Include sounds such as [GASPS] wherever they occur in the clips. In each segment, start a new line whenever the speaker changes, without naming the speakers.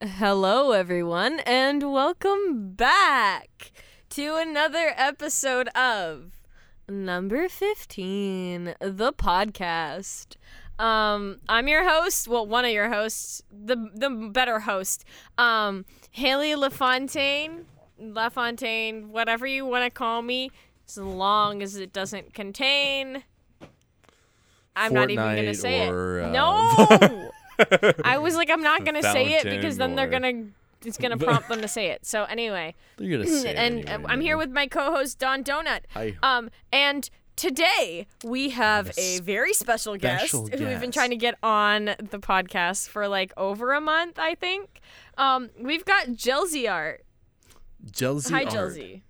Hello, everyone, and welcome back to another episode of number 15, the podcast. Um, I'm your host, well, one of your hosts, the the better host, um, Haley LaFontaine, LaFontaine, whatever you want to call me, as long as it doesn't contain. I'm not even gonna
Fortnite
say
or,
it.
uh, [LAUGHS]
no. I was like, I'm not gonna say it
Fountain
because then they're
or-
gonna it's gonna prompt them to say it. So
[LAUGHS]
anyway,
You're gonna say it
and uh,
anyway,
I'm here
man.
with my co-host Don Donut.
Hi.
Um, and today we have a very special guest,
special
who we've been
guest.
trying to get on the podcast for like over a month, I think. Um, we've got Jelzy Art.
Jelzy.
Hi,
Ard.
Jelzy.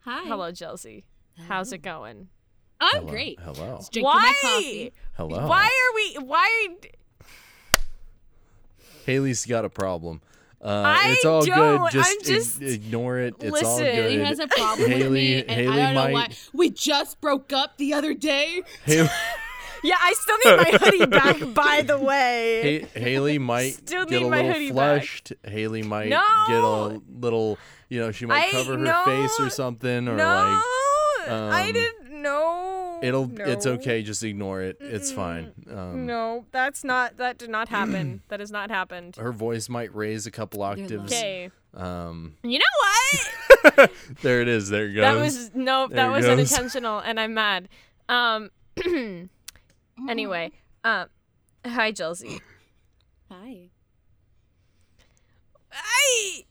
Hi.
Hello, Jelzy. How's it going?
I'm
Hello.
great.
Hello.
Just drinking
Why?
my coffee.
Hello.
Why are we? Why?
Haley's got a problem. Uh,
I
it's all
don't.
good. Just,
I'm just-
ig- ignore it. It's all
Listen.
good.
He has a problem with
Haley-
me, and
Haley
I don't know why.
might-
We just broke up the other day.
Haley,
[LAUGHS] Yeah, I still need
[LAUGHS]
my hoodie back. By
[LAUGHS]
the way.
Ha- Haley might
Still
get
need
a
my
little
hoodie back.
flushed. Haley might
No.
get a little, you know, she might
I-
cover her
no.
face or something,
no,
or like
I
um,
didn't. No.
it'll.
No. Mm.
It's okay. Just ignore it. It's fine. Um,
No, that's not. That did not happen. [CLEARS THROAT] that has not happened.
Her voice might raise a couple octaves.
Okay. [LAUGHS]
Um, [LAUGHS]
You know what?
there it is. There it goes.
That was no,
There
that
it
was
goes.
unintentional, and I'm mad. Um. [CLEARS THROAT] anyway,
Mm.
um, hi, Jelsey.
Hi.
I.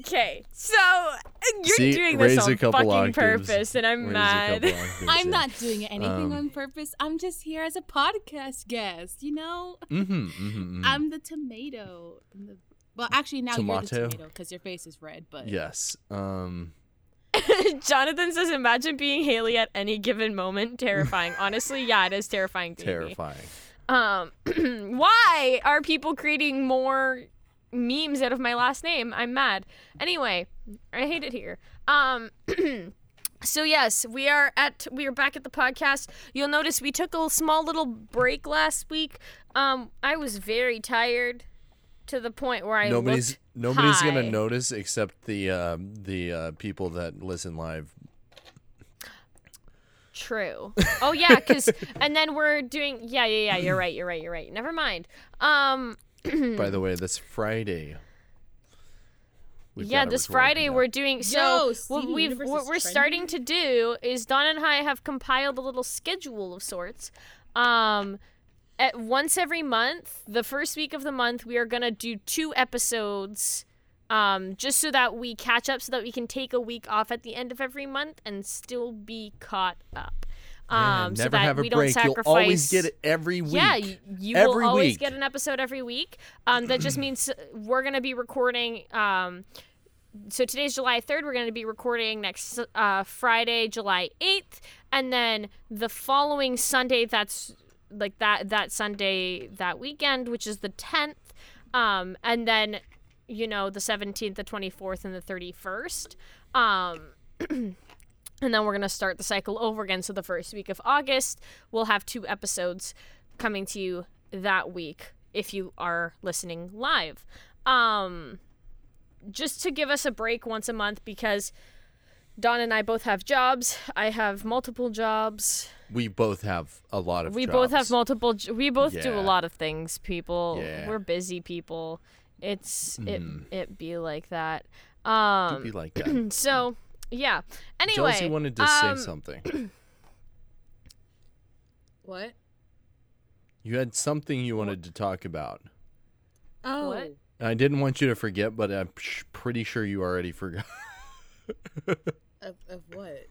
Okay, so uh, you're
See,
doing
raise
this on
a couple
fucking
octaves.
purpose, and I'm
Raise a
mad. [LAUGHS]
couple octaves,
I'm
yeah.
not doing anything
Um,
on purpose. I'm just here as a podcast guest. You know,
Mhm, mhm, mhm.
I'm the tomato. in the- well, actually, now you're
Tomato.
the tomato because your face is red. But
yes. Um.
[LAUGHS] Jonathan says, "Imagine being Haley at any given moment.
[LAUGHS]
Terrifying. Honestly, yeah, it is terrifying. To me.
Terrifying.
Um, [CLEARS THROAT] why are people creating more memes out of my last name? I'm mad. Anyway, I hate it here. Um, [CLEARS THROAT] so yes, we are at we are back at the podcast. You'll notice we took a small little break last week. Um, I was very tired to the point where I
nobody's
looked
nobody's
high.
gonna notice except the uh, the uh, people that listen live.
True. Oh yeah, cuz and then we're doing yeah, yeah, yeah, you're right, you're right, you're right. Never mind. Um
By the way, this Friday. We've
yeah,
gotta
this
record,
Friday
yeah.
we're doing so
Yo,
what
Steven
we've
Universe
what
is
we're starting to do is Don and I have compiled a little schedule of sorts. Um at once every month, the first week of the month, we are gonna do two episodes. Um, just so that we catch up, so that we can take a week off at the end of every month and still be caught up.
Yeah,
Um,
never
so that
have a
we don't
break.
sacrifice.
You'll always get it every week.
Yeah, you, you
every
will always
week.
get an episode every week. Um, that just means we're gonna be recording. Um, so today's July third. We're gonna be recording next uh, Friday, July eighth, and then the following Sunday. That's like that that Sunday that weekend, which is the tenth, um, and then you know the seventeenth, the twenty fourth, and the thirty first. Um, and then we're going to start the cycle over again. So the first week of August, we'll have two episodes coming to you that week if you are listening live. Um just to give us a break once a month because Don and I both have jobs. I have multiple jobs.
We both have a lot of.
We both have
jobs.
multiple j- we both do
Yeah.
a lot of things, people.
Yeah. Mm.
We're busy people. It's it it be like that. Um [CLEARS THROAT]
Be like that.
so yeah. Anyway,
Josie wanted to
um, [CLEARS THROAT]
say something.
what?
You had something you wanted to talk about.
Oh,
What?
I didn't want you to forget, but I'm sh- pretty sure you already forgot. [LAUGHS]
Of, of what?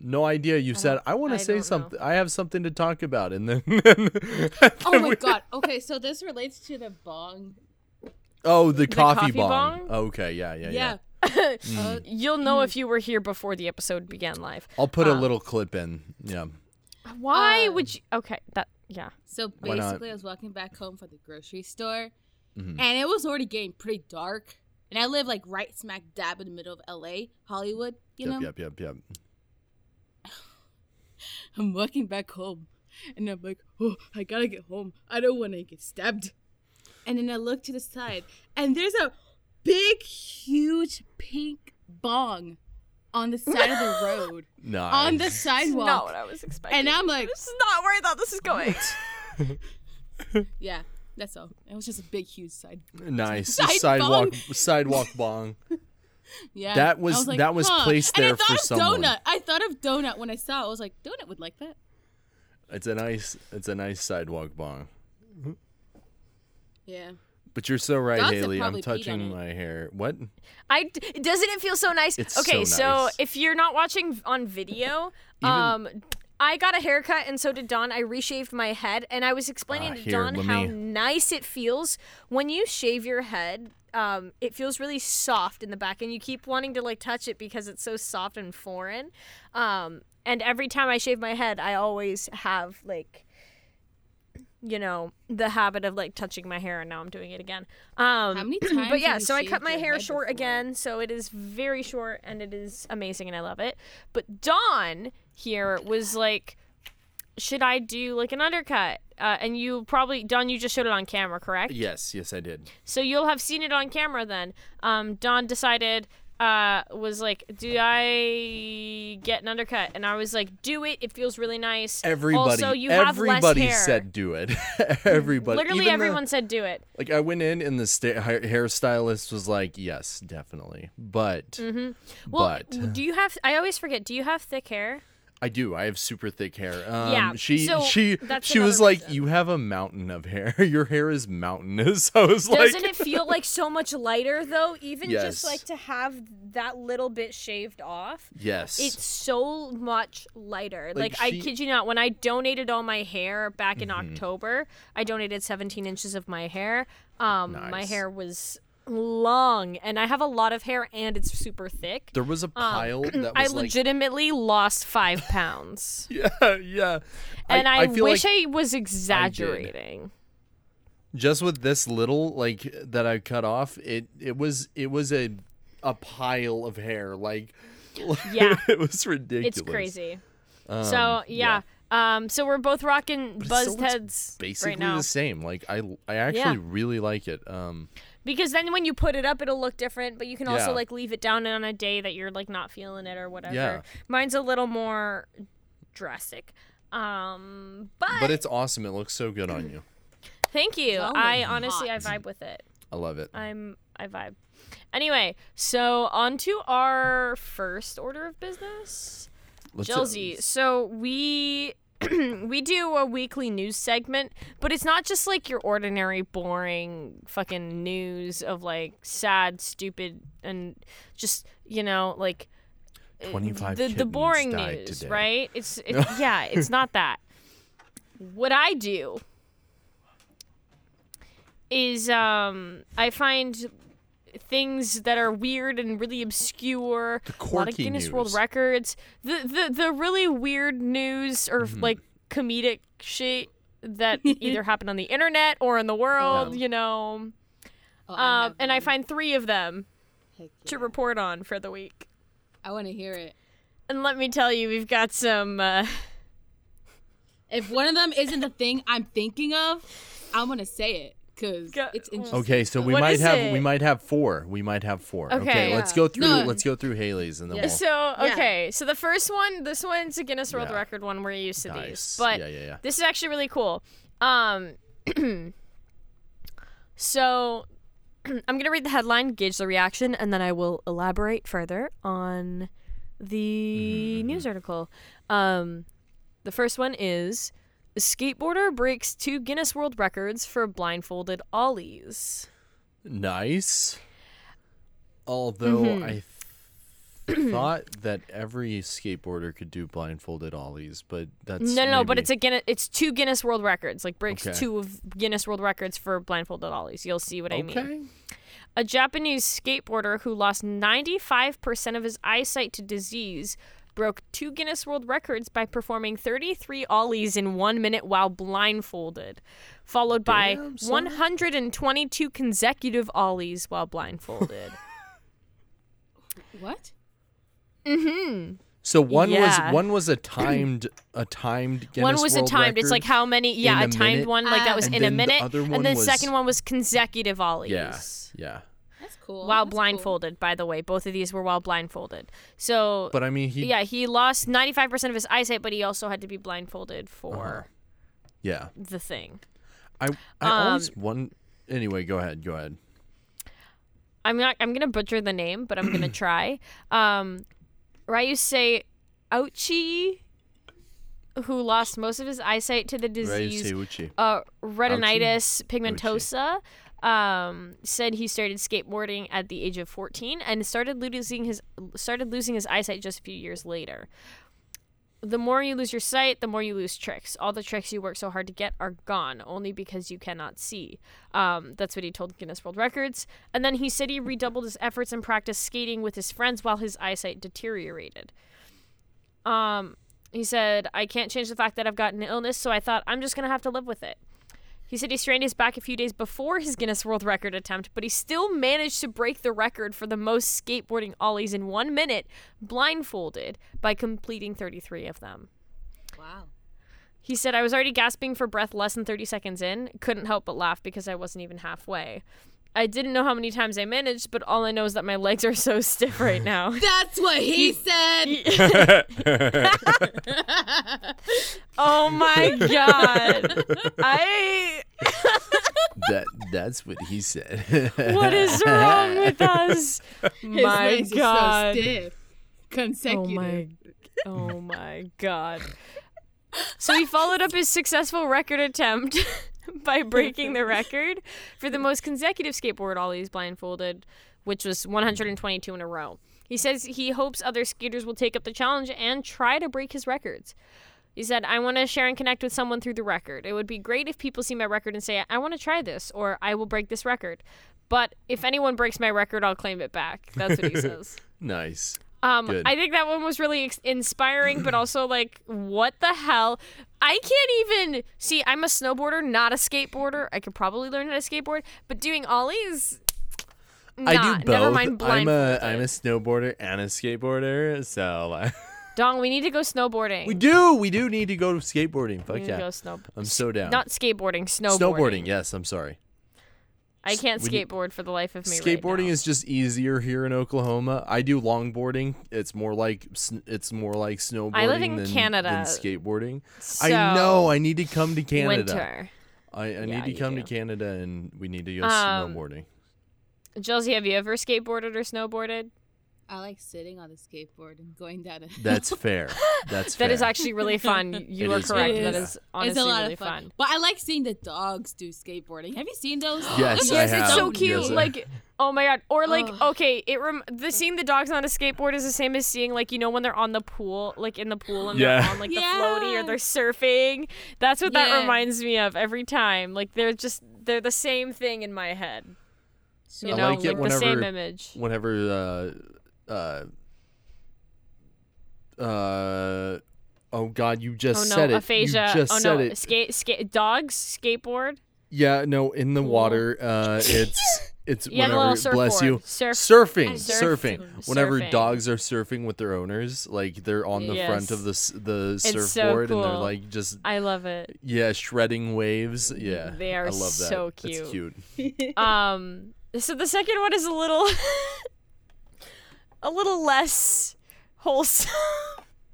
No idea. You said I want
I
to say
don't know."
something. I have something to talk about, and then, [LAUGHS]
Oh my god. Okay, so this relates to the bong.
oh, the, coffee,
coffee
bong.
bong?
Okay, yeah, yeah, yeah.
Uh,
You'll know if you were here before the episode began live.
I'll put a little clip in. Yeah,
Why
Uh,
Um,
would you? Okay, that yeah.
So
Why not?
basically, I was walking back home from the grocery store,
Mm-hmm.
and it was already getting pretty dark. And I live like right smack dab in the middle of LA, Hollywood. You
yep,
know,
yep, yep, yep.
I'm walking back home, and I'm like, oh, I gotta get home. I don't want to get stabbed. and then I look to the side, and there's a big, huge pink bong on the side
[LAUGHS]
of the road,
Nice.
on [LAUGHS] the
It's not
sidewalk.
what I was expecting.
And I'm like,
this is not where I thought this is going.
yeah, that's all. It was just a big, huge side.
nice
Side
sidewalk
bong.
sidewalk bong.
Yeah,
That was-
I like,
that was
huh.
placed
and
there
I thought
for
of
someone.
Donut. I thought of donut when I saw. it. I was like, donut would like that.
It's a nice it's a nice sidewalk bong.
Yeah.
But you're so right,
Johnson
Haley. I'm
probably peed on
touching
it.
my hair. What?
I d- doesn't it feel so nice?
It's
okay,
so
so
nice.
if you're not watching on video, um, I got a haircut and so did Don. I reshaved my head, and I was explaining
Ah,
to
here,
Don
let
how
me-
nice it feels when you shave your head. Um, it feels really soft in the back, and you keep wanting to like touch it because it's so soft and foreign. Um, and every time I shave my head, I always have like you know the habit of like touching my hair and now i'm doing it again um
How many
[CLEARS THROAT] but
times
yeah
have you
so i
shaved
cut my
your
hair
head
short
before?
again so it is very short and it is amazing and i love it but dawn here was like should i do like an undercut uh, and you probably Don, you just showed it on camera, correct?
Yes, yes, I did.
So you'll have seen it on camera then. Um, Don decided, uh, was like, do I get an undercut? And I was like, do it. It feels really nice.
Everybody,
also, you have less
everybody
hair.
said do it. [LAUGHS] everybody,
Literally
even the-
everyone said do it.
like I went in and the sta- ha- hairstylist was like, "Yes, definitely," but
Mm-hmm. Well,
but
do you have? I always forget. Do you have thick hair?
I do. I have super thick hair. Um,
Yeah,
she
so
she
that's
she was
another
like,
reason.
"You have a mountain of hair. [LAUGHS] Your hair is mountainous." [LAUGHS] I was like,
Doesn't it feel like so much lighter though? Even
Yes.
just like to have that little bit shaved off.
"Yes,
It's so much lighter. Like,
Like, she- Mm-hmm.
I kid you not, when I donated all my hair back in October, I donated 17 inches of my hair. Um, my
Nice.
hair was long, and I have a lot of hair, and it's super thick.
there was
[CLEARS THROAT]
a pile that was
um, I
like,
legitimately lost five pounds,
[LAUGHS] yeah, yeah."
and I,
feel
wish
like
I was exaggerating.
just with this little like that I cut off, it it was it was a a pile of hair. Like, [LAUGHS]
Yeah.
it was ridiculous.
It's crazy.
Um,
so yeah. Um, so we're both rocking
it still
buzzed
looks
heads
basically
right now
the same. Like I I actually really like it. Um
because then when you put it up, it'll look different. But you can also
Yeah.
like leave it down on a day that you're like not feeling it or whatever.
Yeah.
Mine's a little more drastic. Um, but,
but it's awesome. It looks so good on you.
thank you.
Well,
I
it's
honestly I
hot.
vibe with it.
I love it.
I'm I vibe. Anyway, so on to our first order of business.
Let's
Jelsey, so we [CLEARS THROAT] we do a weekly news segment, but it's not just like your ordinary boring fucking news of like sad, stupid and just, you know, like
25
uh, the, the
kittens
boring
died
news,
today.
right? It's, it's yeah, it's not that. What I do is um I find things that are weird and really obscure. a
The
lot of
quirky
Guinness World
news.
Records. The the the really weird news or
Mm-hmm.
like comedic shit that either happened on the internet or in the world,
Yeah.
you know.
Oh, I
Um,
have
and I
one.
find three of them
Heck
to
yeah.
report on for the week.
I want to hear it.
And let me tell you, we've got some. Uh, [LAUGHS]
If one of them isn't the thing I'm thinking of, I'm gonna say it because
Go-
it's interesting.
Okay, so we
What
might
is
have we
it?
might have four. We might have four. Okay,
Okay.
let's
Yeah.
go through
No.
let's go through Haley's and then
Yeah,
we'll
So
Yeah.
okay, so the first one, this one's a Guinness World
Yeah.
Record one. We're used to these,
nice.
but
yeah, yeah, yeah.
this is actually really cool. Um, [CLEARS THROAT] so [CLEARS THROAT] I'm gonna read the headline, gauge the reaction, and then I will elaborate further on
Mm-hmm,
the news article. Um, the first one is "A skateboarder breaks two Guinness World Records for blindfolded ollies.
Nice. Although
Mm-hmm.
I th- [COUGHS] thought that every skateboarder could do blindfolded ollies, but that's
No, no, no, but
maybe-
it's a Guinness, it's two Guinness World Records. Like breaks
Okay.
two of Guinness World Records for blindfolded ollies. You'll see what I mean.
okay.
A Japanese skateboarder who lost 95% of his eyesight to disease broke two Guinness World Records by performing 33 ollies in 1 minute while blindfolded, followed by
Damn, son.
122 consecutive ollies
[LAUGHS]
while blindfolded.
What?
mhm.
So one
Yeah.
was one was a timed a timed Guinness
one was a
World
timed. It's like
Record.
how many? Yeah,
in
a,
a
timed
minute.
one like that was
And
in a
then the
minute,
other one
and then
was-
second one was consecutive ollies.
Yeah, yeah.
That's cool.
While
Oh, That's cool.
blindfolded, by the way, both of these were while blindfolded. So
But I mean, he yeah,
yeah, he lost ninety five percent of his eyesight, but he also had to be blindfolded for the thing.
I I
Um,
always one. Anyway, go ahead. Go ahead.
I'm not. I'm gonna butcher the name, but I'm gonna try. Um, Ryusei Ouchi, who lost most of his eyesight to the disease
Ryuseiuchi.
uh, retinitis pigmentosa, um, said he started skateboarding at the age of 14 and started losing his started losing his eyesight just a few years later. The more you lose your sight, the more you lose tricks. All the tricks you work so hard to get are gone, only because you cannot see. Um, that's what he told Guinness World Records. And then he said he redoubled his efforts and practiced skating with his friends while his eyesight deteriorated. Um, he said, I can't change the fact that I've gotten an illness, so I thought I'm just going to have to live with it. He said he strained his back a few days before his Guinness World Record attempt, but he still managed to break the record for the most skateboarding ollies in one minute, blindfolded, by completing 33 of them.
Wow.
He said, I was already gasping for breath less than 30 seconds in. Couldn't help but laugh because I wasn't even halfway. I didn't know how many times I managed, but all I know is that my legs are so stiff right
[LAUGHS]
now.
That's what he, said. [LAUGHS]
oh my
[LAUGHS]
God. I.
that that's what he said.
[LAUGHS] What is wrong with us?
His
my
legs are
God.
so stiff. Consecutive.
Oh my, oh my god. So he followed up his successful record attempt [LAUGHS] by breaking the record for the most consecutive skateboard ollies blindfolded, which was 122 in a row. He says he hopes other skaters will take up the challenge and try to break his records. He said, I want to share and connect with someone through the record. It would be great if people see my record and say, I want to try this, or I will break this record. But if anyone breaks my record, I'll claim it back. That's what he says.
[LAUGHS] nice.
Um,
Good.
I think that one was really ex- inspiring,
[CLEARS THROAT]
but also like, what the hell? I can't even see. I'm a snowboarder, not a skateboarder. I could probably learn how to skateboard, but doing ollies, nah,
I do both.
Never mind
I'm a
blindfolded.
I'm a snowboarder and a skateboarder, so
[LAUGHS]
like-
Dong, we need to go snowboarding.
we do we do need to go skateboarding.
We
Fuck
need
yeah,
to go snow-
I'm so down.
Not skateboarding, snowboarding.
snowboarding. Yes, I'm sorry.
I can't
We need-
skateboard for the life of me. right
Skateboarding
now.
is just easier here in Oklahoma. I do longboarding. It's more like sn- it's more like snowboarding.
in
than,
Canada,
than skateboarding.
so,
I know. I need to come to Canada.
Winter.
I, I
Yeah,
need to
you
come
do.
to Canada and we need to go
Um,
snowboarding.
Josie, have you ever skateboarded or snowboarded?
I like sitting on the skateboard and going down a hill.
[LAUGHS]
That's fair. That's fair.
That is actually really
[LAUGHS]
fun. You
It
are
is
correct.
really
That
fun.
is honestly
it's a lot
really
of fun.
fun.
But I like seeing the dogs do skateboarding. Have you seen those?
[GASPS]
[LAUGHS]
Yes, I
yes,
have.
it's so
Yes,
cute.
I-
like, oh my god. Or like,
Ugh.
okay, it rem- the seeing the dogs on a skateboard is the same as seeing like you know when they're on the pool, like in the pool and
Yeah.
they're on like
Yeah.
the floaty or they're surfing. That's what that
Yeah.
reminds me of every time. Like they're just they're the same thing in my head.
So
You
I
know,
like it
like the same
whenever-
image.
Whenever uh uh uh oh god, you just
Oh no,
said it.
aphasia.
You just
oh
said
no,
it.
skate, skate, dogs, skateboard.
Yeah, no, in the water, uh it's
[LAUGHS]
it's
Yeah, the
whenever
little
bless
surfboard.
you.
Surf-
surfing,
surf-
surfing. Whenever
surfing.
dogs are surfing with their owners, like they're on the front of the s- the
so
surfboard and they're
cool.
like just
I love
[LAUGHS]
it.
yeah, shredding waves. Yeah.
They are
I love that.
so
It's
cute.
cute.
Um. So the second one is a little, [LAUGHS] a little less wholesome.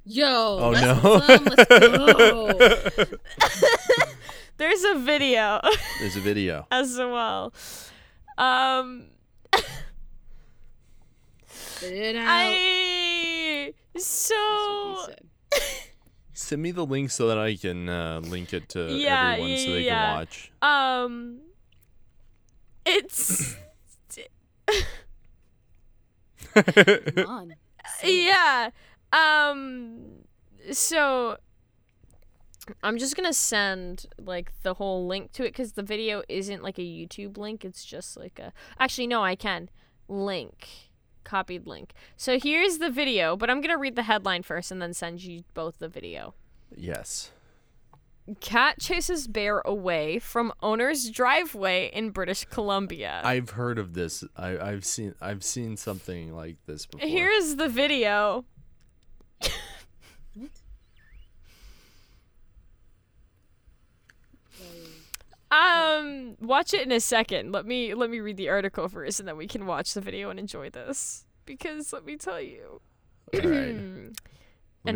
Yo,
Oh,
let's
no.
come,
[LAUGHS]
let's go.
There's a video [LAUGHS]
There's a video.
as well. Um.
Spit it out.
I
He
so
said.
Send me the link so that I can uh, link it to
Yeah,
everyone so
yeah,
they
yeah.
can watch.
um. It's
[LAUGHS]
Come on.
yeah. Um. So. I'm just gonna send like the whole link to it because the video isn't like a YouTube link. It's just like a. Actually, no, I can link copied link. So here's the video, but I'm gonna read the headline first and then send you both the video.
Yes.
Cat chases bear away from owner's driveway in British Columbia.
I've heard of this. I, I've seen I've seen something like this before.
Here's the video. Um, watch it in a second. Let me let me read the article first, and then we can watch the video and enjoy this. Because let me tell you,
All right. Let me open my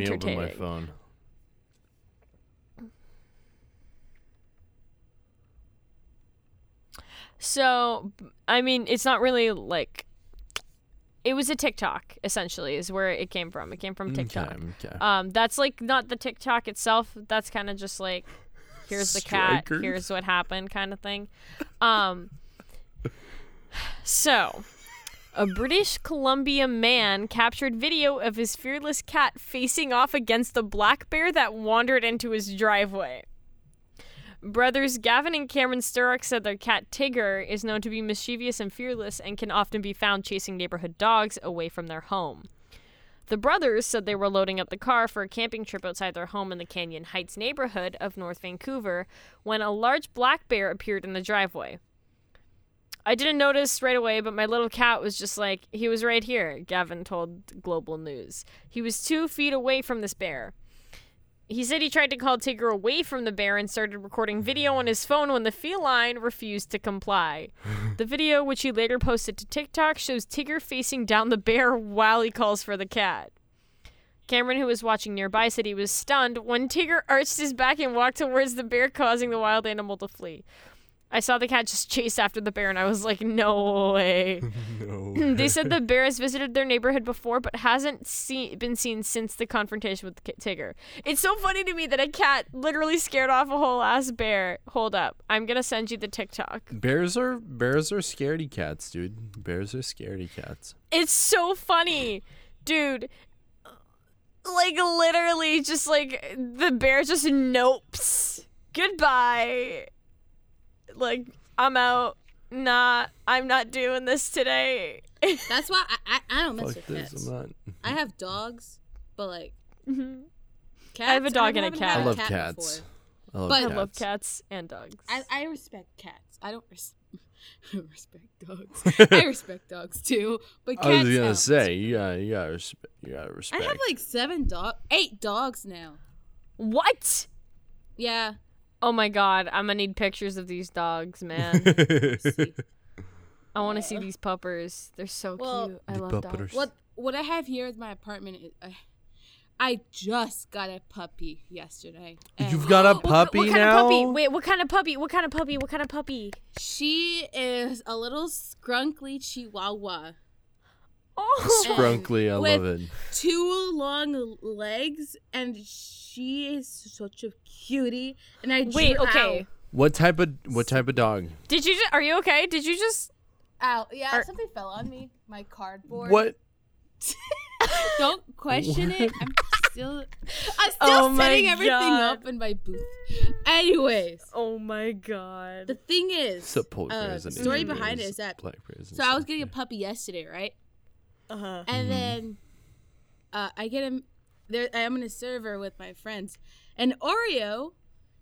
entertaining.
phone.
So, b- I mean, it's not really like it was a TikTok essentially is where it came from. It came
Mm,
from TikTok.
Okay, okay.
Um, that's like not the TikTok itself. That's kind of just like here's the cat,
Striker.
here's what happened kind of thing. Um, so a British Columbia man captured video of his fearless cat facing off against the black bear that wandered into his driveway. Brothers Gavin and Cameron Sturrock said their cat Tigger is known to be mischievous and fearless and can often be found chasing neighborhood dogs away from their home. The brothers said they were loading up the car for a camping trip outside their home in the Canyon Heights neighborhood of North Vancouver when a large black bear appeared in the driveway. I didn't notice right away, but my little cat was just like, he was right here, Gavin told Global News. He was two feet away from this bear. He said he tried to call Tigger away from the bear and started recording video on his phone when the feline refused to comply. The video, which he later posted to TikTok, shows Tigger facing down the bear while he calls for the cat. Cameron, who was watching nearby, said he was stunned when Tigger arched his back and walked towards the bear, causing the wild animal to flee. I saw the cat just chase after the bear, and I was like, no way.
no.
they said the bear has visited their neighborhood before, but hasn't seen been seen since the confrontation with the ki- Tigger. It's so funny to me that a cat literally scared off a whole ass bear. Hold up. I'm going to send you the TikTok.
[LAUGHS] Bears are bears are scaredy cats, dude. Bears are scaredy cats.
It's so funny, dude. Like literally, just like the bear just nopes. Goodbye. Like I'm out. Nah, I'm not doing this today.
That's why I I, I don't mess
Fuck
with
this.
cats.
I'm not.
I have dogs, but like Mm-hmm.
Mhm.
cats.
have a dog and a
haven't
cat.
had
I
a
love
cat
cats.
before.
I love
But-
I
cats.
love cats and dogs.
I, I respect cats. I don't res- [LAUGHS] respect dogs.
[LAUGHS]
I respect dogs too, but cats.
I was gonna
no.
say you gotta you gotta respect you gotta
I
respect.
have like seven dog, eight dogs now.
what?
[LAUGHS]
Yeah,
Oh my god, I'm gonna need pictures of these dogs,
[LAUGHS]
man.
see.
I want to see these puppers. They're so
Well-
cute. I
The
love
puppers.
dogs.
what what I have here at my apartment is. I I just got a puppy yesterday. and
You've got a
What-
puppy
what kind
now.
of puppy? Wait, what kind of puppy? What kind of puppy? What kind of puppy?
She is a little scrunkly chihuahua.
Oh, [LAUGHS]
Scrunkly, I
With-
love it.
two long legs and she is such a cutie and i
Wait,
drew
okay.
What type of what type of dog?
Did you? Just, are you okay? Did you just?
out, yeah
Are-
something fell on me my cardboard
What?
don't question it
[LAUGHS]
i'm still i'm still
Oh my
setting everything
God.
up in my booth anyways
Oh my
the
god.
thing is
Support
uh,
bears
the
and
story
Indian
behind
bears,
it is that
black bears and
so i was
stuff.
getting a puppy yesterday right
Uh-huh.
and then uh, I get him there. I'm in a server with my friends, and Oreo,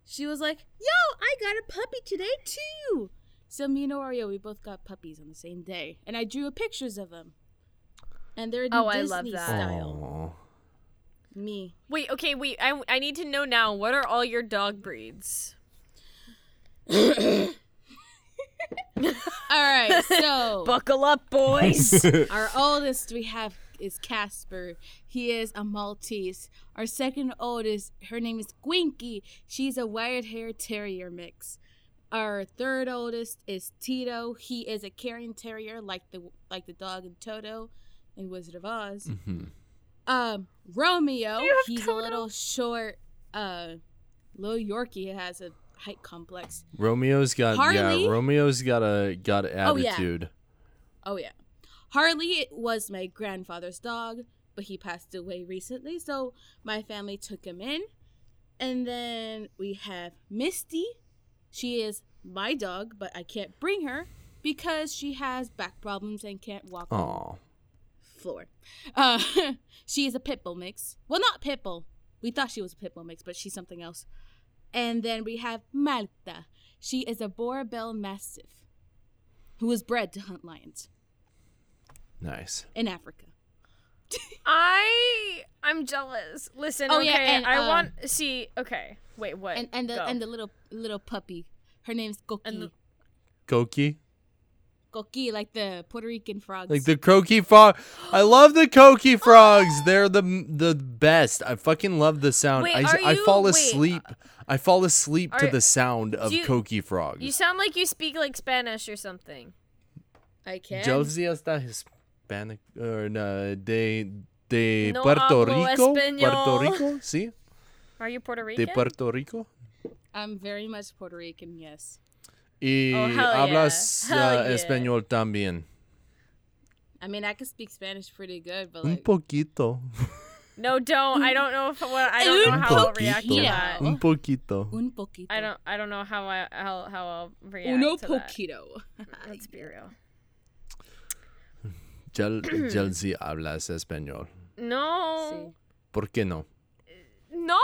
she was like, "Yo, I got a puppy today too." So me and Oreo, we both got puppies on the same day, and I drew pictures of them, and they're
Oh, I
Disney
love that.
style.
Aw.
Me,
Wait. Okay. Wait. I I need to know now. What are all your dog breeds?
all
[LAUGHS]
right. So
Buckle up,
[LAUGHS]
boys.
Our oldest we have is Casper. He is a Maltese. Our second oldest, her name is Gwinky. She's a wired hair terrier mix. Our third oldest is Tito. He is a carrion terrier like the like the dog in Toto and Wizard of Oz.
Mhm.
Um, Romeo,
Mm. You have
he's
Toto?
a little short uh little Yorkie has a height complex.
Romeo's got
Harley?
yeah. Romeo's got a got
yeah.
attitude.
Oh yeah. Harley was my grandfather's dog, but he passed away recently, so my family took him in. And then we have Misty. She is my dog, but I can't bring her because she has back problems and can't walk on
Aw.
the floor. Uh, [LAUGHS] she is a pit bull mix. Well, not pit bull. We thought she was a pit bull mix, but she's something else. And then we have Malta. She is a Boar Bell Mastiff who was bred to hunt lions
Nice.
in Africa.
I I'm jealous. Listen.
Oh,
okay.
yeah, and,
I
um,
want see. Okay. Wait. What?
And and the
Go.
and the little little puppy. Her name's Goki.
And the-
Koki.
Goki, like the Puerto Rican frogs.
Like the Koki frog. I love the Koki frogs. They're the the best. I fucking love the sound.
Wait,
I,
are
I
you-
fall
wait, uh,
asleep. I fall asleep to
are-
the sound of
do you-
Koki frogs.
You sound like you speak like Spanish or something.
I can.
Josie está Hispanic or no, de de
No
Puerto
hablo
Rico. Puerto
español.
Rico, sí,
Are you Puerto Rican?
de Puerto Rico.
I'm very much Puerto Rican, yes.
Y
Oh, hell
hablas
yeah. Hell
uh,
yeah.
español también.
I mean, I can speak Spanish pretty good, but
Un
like,
poquito.
no, don't. I don't know if what I don't know
Un
how I'll react to
poquito.
that.
Un poquito.
[CLEARS THROAT]
un poquito.
I don't. I don't know how I how, how I'll react
Uno
to that.
poquito. [LAUGHS]
Let's be real.
Jel, Jelsi hablas español.
No.
¿Por qué no?
No.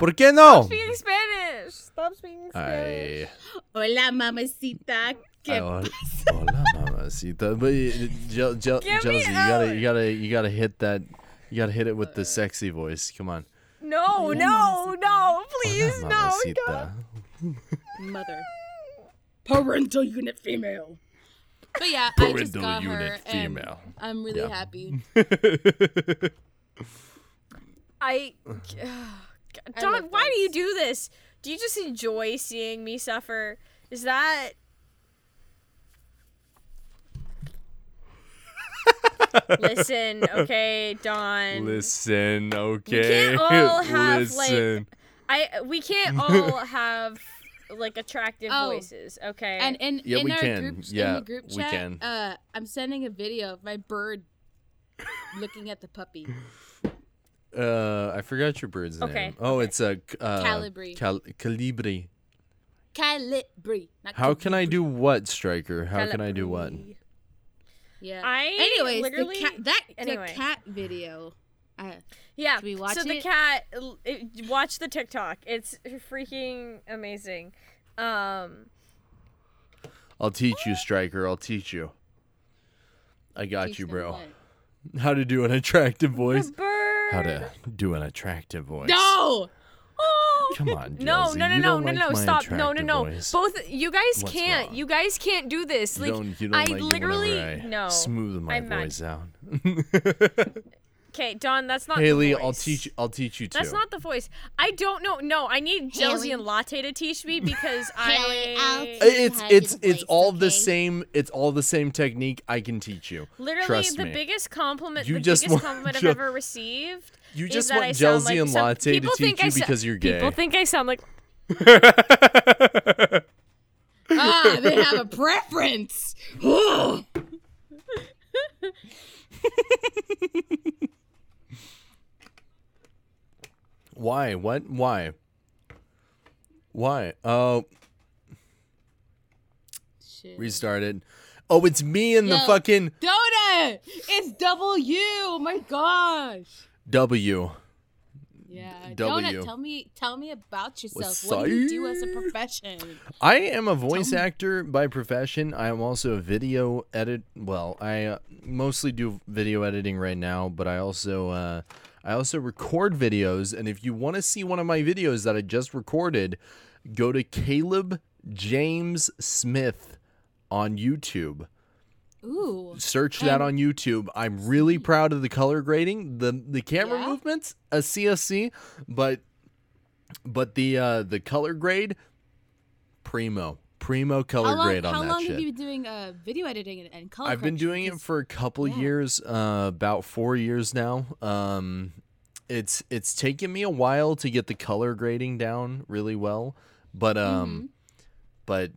¿Por qué no?
Stop speaking Spanish. Stop speaking Spanish.
Ay,
Hola, mamacita.
ay,
Que
hol- hola, mamacita. But you- Jel, Jel,
Give me
Jelsi, you gotta,
out.
you gotta, you gotta hit that. You gotta hit it with the sexy voice. Come on.
No, no, no. Please, no.
Hola,
Don't.
mamacita.
mother. Parental unit female. But yeah, I just
Parental
got her,
unit
and
female.
I'm really
Yeah.
happy. [SIGHS]
I. ugh, God, Don,
love
why do you do this? Do you just enjoy seeing me suffer? Is that?
[LAUGHS]
Listen, okay, Don.
Listen, okay.
can't
[LAUGHS]
all have, like, I we can't all have like attractive
Oh.
voices, okay?
And in,
Yeah,
in
we
our
can.
groups, in
Yeah,
the group
we
chat,
can.
Uh, I'm sending a video of my bird looking at the puppy.
Uh, I forgot your bird's name.
Okay,
Oh, it's a uh,
Calibri.
Cal- Calibri.
Calibri. Not
How can I
Calibri.
do what, Striker? How can I do what?
Yeah.
I
Anyways,
literally-
the cat, that
anyway.
the cat video. Uh,
Yeah.
Should we watch
so the
it?
cat l- it, watch the TikTok. It's freaking amazing. Um
I'll teach you, Striker. I'll teach you. I got
Teach
you,
them
bro.
what?
[LAUGHS] How to do an attractive voice?
the bird.
How to do an attractive voice?
No.
[LAUGHS] Come on,
Oh! [LAUGHS] No,
Jelzy,
no, no,
you
no,
don't
no,
like
no,
my
stop. No, no,
attractive
no.
voice.
Both you guys
What's
can't.
wrong?
You guys can't do this.
You
like
don't, you don't
I
like it whenever
literally
I
no.
smooth my
I'm mad.
voice out. [LAUGHS]
Okay, Don, that's not the
Haley, I'll
voice.
teach. I'll teach you too.
That's not the voice. I don't know. No, I need Jelzy
Haley.
and Latte to teach me because
Haley, I'll
I
teach-
it's
how to do
it's
the
it's
voice,
all the
okay?
same it's all the same technique i can teach you
literally
trust
the
me
biggest compliment.
You
the
just
biggest
want
compliment
Jel-
I've ever received.
you
is
just
that
want
I sound
Jelzy
like
and
some-
latte to
people think
teach you
I so-
because you're gay
People think I
[LAUGHS]
sound like [LAUGHS]
Ah,
[LAUGHS]
they have a preference. Ugh.
why what why why oh
Shit.
restarted oh it's me and the
Yo.
fucking
Donut. It's double U. Oh my gosh.
w
Yeah.
W.
Donut, tell me tell me about yourself.
What's
What do you do
up?
as a profession?
I am a voice actor by profession. I am also a video edit. Well, I uh, mostly do video editing right now, but I also uh, I also record videos. And if you want to see one of my videos that I just recorded, go to Caleb James Smith on YouTube.
Ooh.
Search that on YouTube. I'm really proud of the color grading, the the camera
Yeah.
movements, a CSC, but but the uh the color grade primo. Primo color
How long,
grade on
how
that
long
shit.
have you been doing uh, video editing and, and color
I've been
correction?
doing it
'Cause-
for a couple
yeah.
years, uh, about four years now. Um, it's it's taken me a while to get the color grading down really well, but
Mm-hmm.
um, but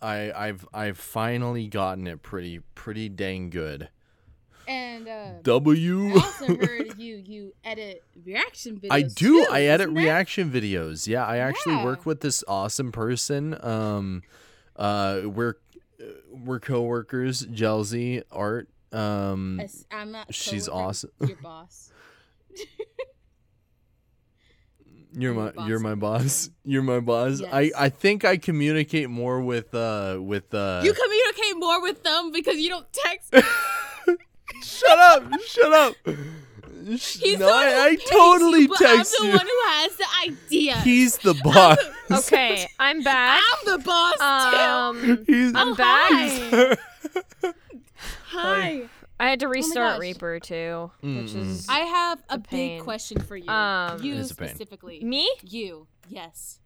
I I've I've finally gotten it pretty pretty dang good.
and uh, I
W.
also heard you you edit reaction videos.
[LAUGHS] I do.
too,
I edit
isn't that-
reaction videos. Yeah, I actually
Yeah.
work with this awesome person. Um, uh, we're uh, we're coworkers. Jelzy Art. Um,
As- I'm not. a
She's
coworker,
awesome.
Your boss.
[LAUGHS] You're
I'm your
my
boss
you're my
at the
boss. You're my boss. [LAUGHS] I
Yes.
I think I communicate more with uh with uh
you
[LAUGHS]
communicate more with them because you don't text.
Shut up. Shut up.
He's
no,
the one who
I, I
pays
totally
you, but
text
I'm the
you.
one who has the idea.
He's the boss.
Okay, I'm back.
[LAUGHS] I'm the boss too. [LAUGHS] Oh,
Um,
He's
I'm back.
[LAUGHS]
Hi. Hi.
I had to restart
gosh.
Reaper too, which is
Mm.
I have a
pain.
big question for you.
Um,
you
It's a pain.
specifically.
me.
You. Yes.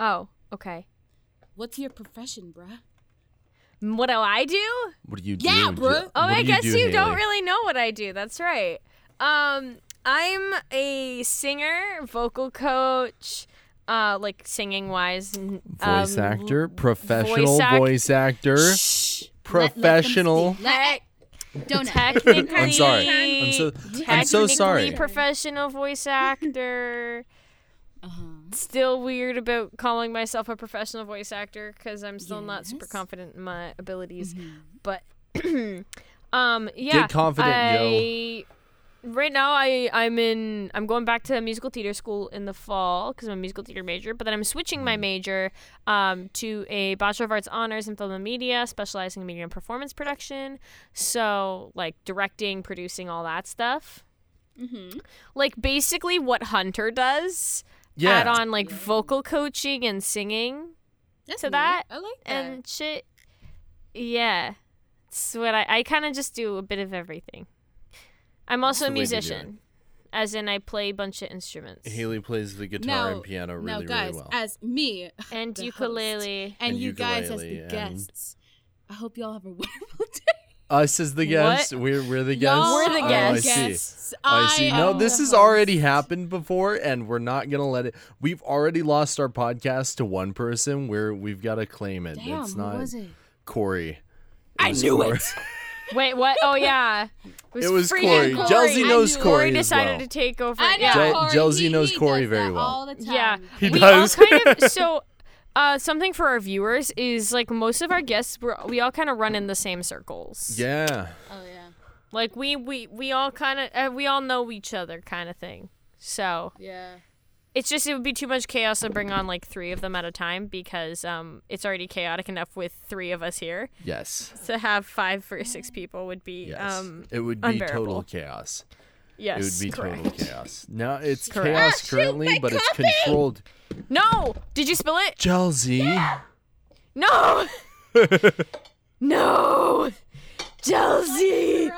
Oh, okay.
What's your profession, bruh?
M- What do I do?
What do you do?
Yeah,
Jo-
bruh.
what
Oh,
do
I guess
do,
you don't
Haley?
really know what I do. That's right. Um, I'm a singer, vocal coach, uh, like singing wise. n-
Voice
um,
actor, professional voice,
voice act-
actor.
Shh.
Professional.
Tech,
[LAUGHS]
Don't [LAUGHS]
technically,
I'm sorry. I'm so I'm so
technically
sorry.
Professional voice actor.
Uh-huh.
Still weird about calling myself a professional voice actor because I'm still not super
Yes.
confident in my abilities. But [CLEARS THROAT] um, yeah,
confident, yo.
I, Right now, I I'm in I'm going back to musical theater school in the fall because I'm a musical theater major. But then I'm switching my major um, to a Bachelor of Arts honors in film and media, specializing in media and performance production. So like directing, producing, all that stuff.
Mm-hmm.
Like basically what Hunter does
Yeah.
add on like
Yeah.
vocal coaching and singing
That's
So
neat.
that
Mm-hmm. I like that.
and shit. Yeah. It's what I, I kind of just do a bit of everything. I'm also
That's
a
the way to do it.
musician, as in I play a bunch of instruments
Haley plays the guitar
Now-
and piano really,
now, guys,
really well.
as [LAUGHS] me
and
the host.
ukulele.
and,
And
you guys as
ukulele
the
and-
guests, I hope y'all have a [LAUGHS] wonderful day.
Us as the guests. We're we're the guests.
Y'all
We're the
Oh,
are
I
guests.
see.
guests.
I see. No,
am
this
the
has already
host.
happened before, and we're not gonna let it. We've already lost our podcast to one person. Where we've got to claim it.
Damn,
it's
who
not
was it?
Corey.
I knew it.
Wait, what? Oh yeah,
[LAUGHS] It was
freaking
Corey.
Corey.
Chelsea
I
knows
knew-
Corey as
decided
well.
to take over.
[LAUGHS] I
[LAUGHS]
know.
Yeah.
Jel-
Corey.
Jealousy
He-
knows
he
Corey
does
very
that
well.
All the time.
Yeah,
He
we
does.
all kind
[LAUGHS]
of so. Uh, something for our viewers is like most of our guests, we're, we all kind of run in the same circles.
Yeah.
Oh yeah.
like we we we all kind of uh, we all know each other kind of thing. So
Yeah.
it's just it would be too much chaos to bring on like three of them at a time because um it's already chaotic enough with three of us here. [LAUGHS]
Yes.
To have five or six people would be
Yes.
um
it would be total
unbearable.
chaos.
yes
It would be
correct. [LAUGHS]
total chaos. Now it's
Correct.
chaos currently, but it's controlled.
No, did you spill it?
Chelsea. [LAUGHS]
No, no, [LAUGHS] Chelsea.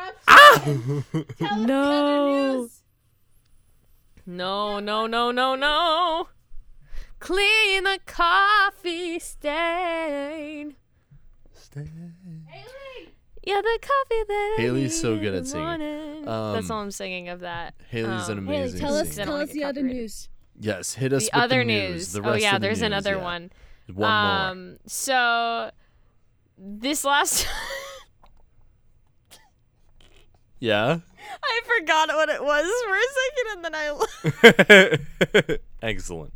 No. No, no, no, no, no. Clean the coffee stain. Yeah, the coffee that I
Haley's so
need
good
in
at
the
singing.
morning. That's
Um,
all I'm singing of that.
Haley's an
Um,
amazing
tell us,
singer.
tell
tell
us
us the other news.
Yes, hit us
The
with
other
the news. The
oh
rest
yeah,
of the
there's
news,
another
yeah.
one.
One more.
Um, so this last [LAUGHS]
Yeah. [LAUGHS]
I forgot what it was for a second, and then I. [LAUGHS]
Excellent.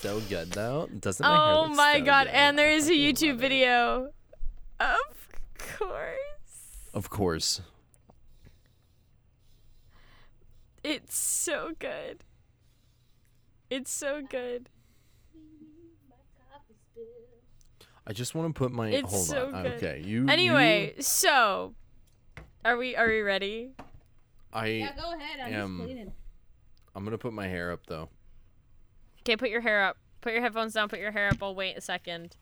so good though. Doesn't my hair
oh
look
my
so
god!
good?
And there is a
I fucking
YouTube
love it.
video. Of course,
Of course.
it's so good. It's so good.
I just want to put my
It's
hold
so
on.
good.
Okay, you.
Anyway,
you-
so are we are we ready?
I
go ahead.
Um, I'm gonna put my hair up though.
Okay, put your hair up. Put your headphones down. Put your hair up. I'll wait a second.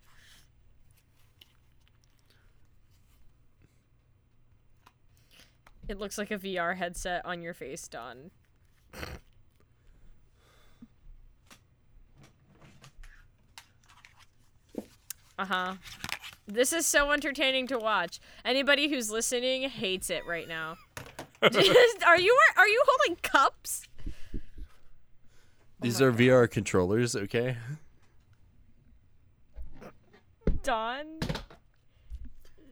It looks like a VR headset on your face, Don. Uh huh. This is so entertaining to watch. Anybody who's listening hates it right now. [LAUGHS] Just- are you are you holding cups? Oh
These are VR controllers, okay?
Don,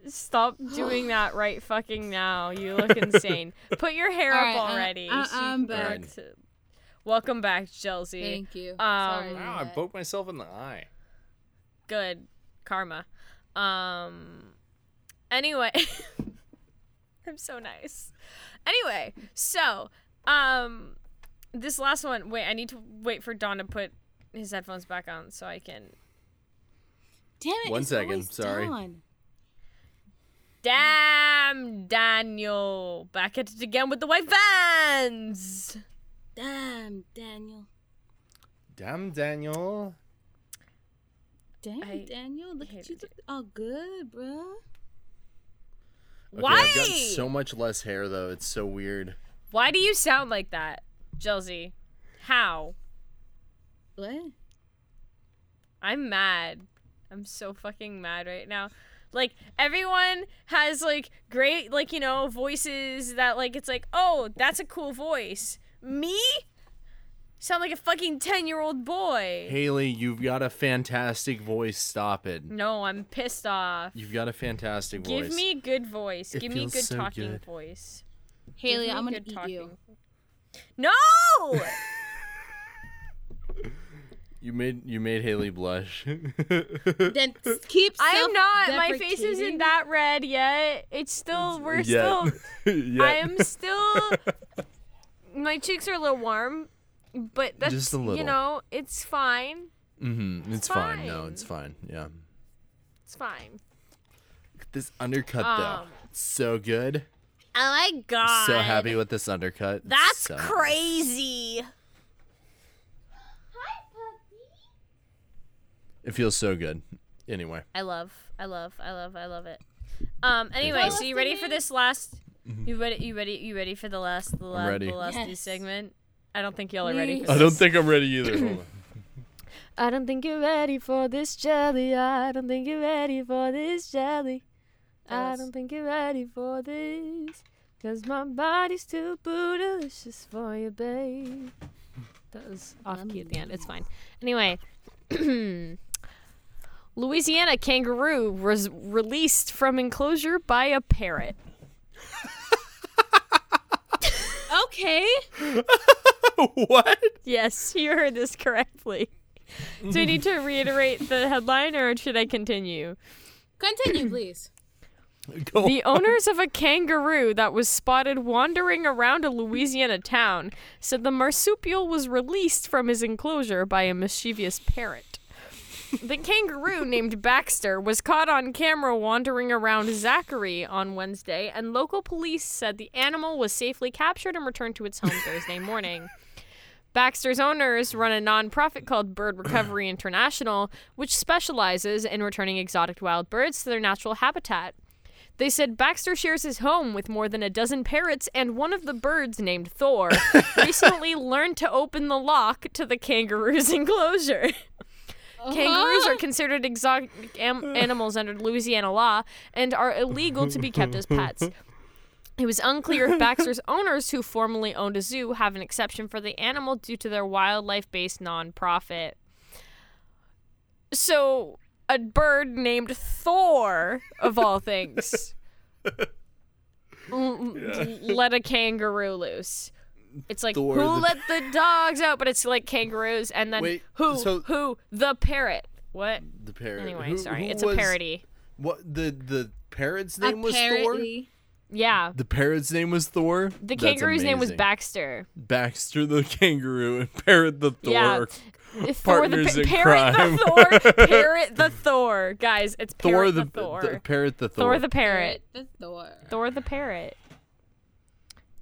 stop doing
[SIGHS]
that right fucking now. You look
[LAUGHS]
insane. Put your hair
All
up
right, uh, I-
already.
I-
so you can
I'm
go
back.
to- Welcome back, Chelsea.
Thank you. Um,
Sorry
Sorry.
about Wow,
myself in the eye.
Good karma. Um. Anyway, [LAUGHS] I'm so nice. Anyway, so um, this last one. Wait, I need to wait for Don to put his headphones back on so I can.
Damn it.
One
it's
second,
always
sorry.
Dawn.
Down. Damn, Daniel. Back at it again with the white vans.
Damn, Daniel.
Damn, Daniel.
Damn,
I
Daniel. Look at you.
hated
Look all good, bruh.
Okay,
Why?
I've gotten so much less hair though. It's so weird.
Why do you sound like that, Jelsey? How?
What?
I'm mad. I'm so fucking mad right now. Like everyone has like great like you know voices that like it's like oh that's a cool voice. Me sound like a fucking ten year old boy.
Haley, you've got a fantastic voice. Stop it.
No, I'm pissed off.
You've got a fantastic voice.
Give me a good voice.
It
Give me a
feels
good
so
talking
good.
voice. Give
Haley,
me a
I'm gonna
good
eat
talking
you.
vo- No.
[LAUGHS] You made you made Haley blush. [LAUGHS]
Then keep.
I am not. My face
self-deprecating.
isn't that red yet. It's still we're still
[LAUGHS] yeah.
I am still. my cheeks are a little warm, but that's
Just a
You
little.
know, it's fine.
[LAUGHS] Mm-hmm. It's fine. No,
fine.
it's fine. Yeah.
It's fine.
This undercut
Um,
though, so good.
Oh my god!
So happy with this undercut.
That's
So-
crazy.
It feels so good. Anyway,
I love, I love, I love, I love it. Um. Anyway,
you.
so you ready for this last? You ready? You ready? You ready for the last? The last,
Mm-hmm. ready.
The last news
Yes.
segment. I don't think y'all are ready. For
I don't think I'm ready either. Hold on.
I don't think you're ready for this jelly. I don't think you're ready for this jelly. I
Yes.
don't think you're ready for this. Cause my body's too boo delicious for you, babe. That was off key at the end. It's fine. Anyway, [CLEARS THROAT] Louisiana kangaroo was released from enclosure by a parrot.
[LAUGHS] Okay.
[LAUGHS]
what?
Yes, [LAUGHS] you heard this correctly. Do we need to reiterate the headline or should I continue?
Continue, please.
Go [LAUGHS]
The owners of a kangaroo that was spotted wandering around a Louisiana town said the marsupial was released from his enclosure by a mischievous parrot. The kangaroo named Baxter was caught on camera wandering around Zachary on Wednesday, and local police said the animal was safely captured and returned to its home Thursday morning. Baxter's owners run a nonprofit called Bird Recovery International, which specializes in returning exotic wild birds to their natural habitat. They said Baxter shares his home with more than a dozen parrots, and one of the birds, named Thor, recently learned to open the lock to the kangaroo's [LAUGHS] enclosure. Kangaroos
Uh-huh.
are considered exotic am-
[LAUGHS]
animals under Louisiana law and are illegal to be kept as
[LAUGHS]
pets. It was unclear if Baxter's owners, who formerly owned a zoo, have an exception for the animal due to their wildlife based nonprofit. So, a bird named Thor, of all things,
[LAUGHS]
l- let a kangaroo loose. It's like
Thor
who
the-
let the dogs out, but it's like kangaroos, and then
Wait,
who
so-
who the parrot? What?
the parrot.
Anyway,
Who-
sorry,
who
it's
was-
a parody.
What the the parrot's [CLEARS THROAT] name was Thor.
Apparently.
Yeah,
The parrot's name was Thor.
the
That's
kangaroo's name was
amazing. [LAUGHS]
Baxter.
Baxter the kangaroo and parrot the Thor.
Yeah, Thor the
Partners in
parrot
crime.
the [LAUGHS] Thor, parrot
[LAUGHS]
the Thor, guys. It's
Thor
parrot
the,
the, Thor.
the- parrot the Thor.
Thor the parrot.
The Thor.
Thor the parrot.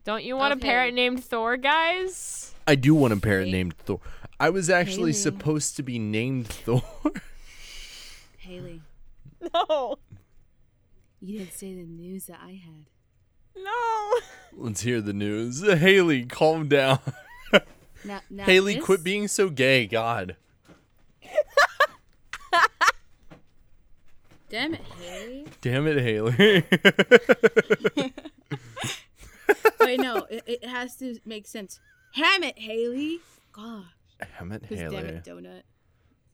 Don't you want
Okay.
a parrot named Thor, guys?
I do want a parrot named Thor. I was actually supposed to be named Thor. [LAUGHS]
Haley,
[LAUGHS] No,
you didn't say the news that I had.
no.
Let's hear the news. Haley,
[LAUGHS]
calm down.
Now, now
Haley,
this-
quit being so gay. God.
Damn it, Haley.
Damn it, Haley. [LAUGHS]
Wait, no, it, it has to make sense. Ham it, Haley. God,
Damn it,
this damn
Haley.
it donut.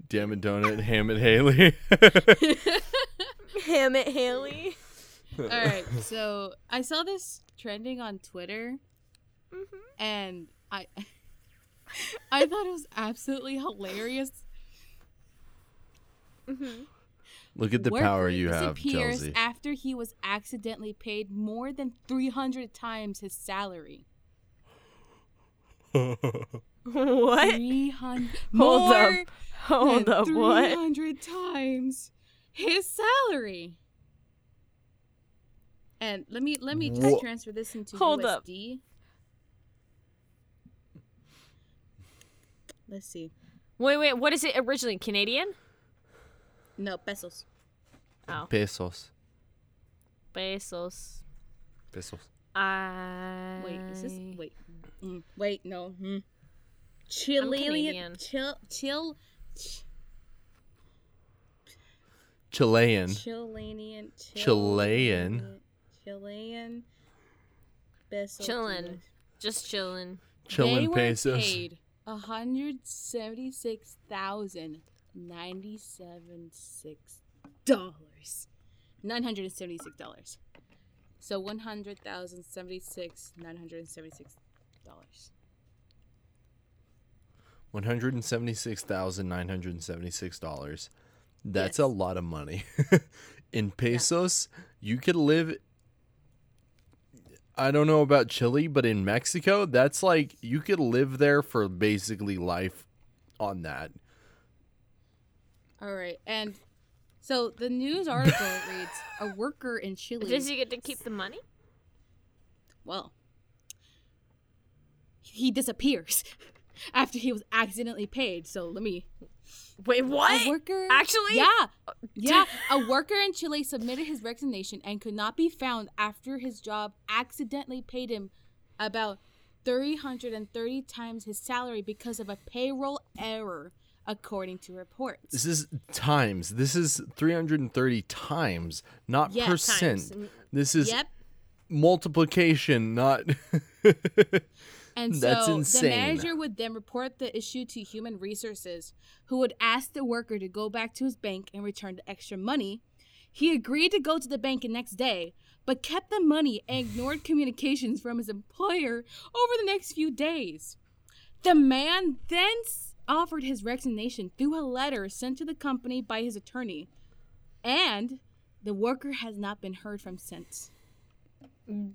Damn it, donut. Ham it, Haley. [LAUGHS]
Damn it, Haley.
All right, so I saw this trending on Twitter,
Mm-hmm.
and I, [LAUGHS] I thought it was absolutely hilarious.
Mm-hmm.
Look at the
Worker
power you have,
disappears
Chelsea.
[LAUGHS] After he was accidentally paid more than 300 times his salary.
[LAUGHS]
Oh.
What?
300
Hold up.
more
Hold
than
up. What?
300 times his salary. And let me let me just
Wha-
transfer this into
Hold up.
USD. Let's see.
Wait, wait. What is it originally? Canadian?
No pesos.
Oh.
Pesos.
Pesos.
Pesos.
I.
Wait, is this wait? Mm, wait, no. Hmm. Chilean,
Canadian.
chill, chill,
Chilean.
Chilean,
Chilean.
Chilean, peso.
Chillin'.
Chile.
Just chilling.
they
Chilling
were
pesos.
paid one hundred seventy-six thousand ninety-seven six dollars, nine hundred seventy-six dollars. So one hundred thousand seventy-six nine hundred seventy-six dollars.
One hundred and seventy-six thousand nine hundred and seventy-six dollars. That's
Yes.
a lot of money. [LAUGHS] In pesos, you could live. I don't know about Chile, but in Mexico, that's like you could live there for basically life on that.
All right, and so the news article reads: A worker in Chile.
Does he get to keep the money?
Well, he disappears [LAUGHS] after he was accidentally paid. So let me.
Wait, what?
A worker.
Actually? [LAUGHS]
Yeah. Yeah. a worker in Chile submitted his resignation and could not be found after his job accidentally paid him about 330 times his salary because of a payroll error, according to reports.
This is times. This is 330 times, not
Yeah, times.
percent. This is
Yep.
multiplication, not. [LAUGHS]
And so
That's
the
insane.
manager would then report the issue to human resources, who would ask the worker to go back to his bank and return the extra money. He agreed to go to the bank the next day, but kept the money
[SIGHS]
and ignored communications from his employer over the next few days. The man then s- offered his resignation through a letter sent to the company by his attorney, and the worker has not been heard from since.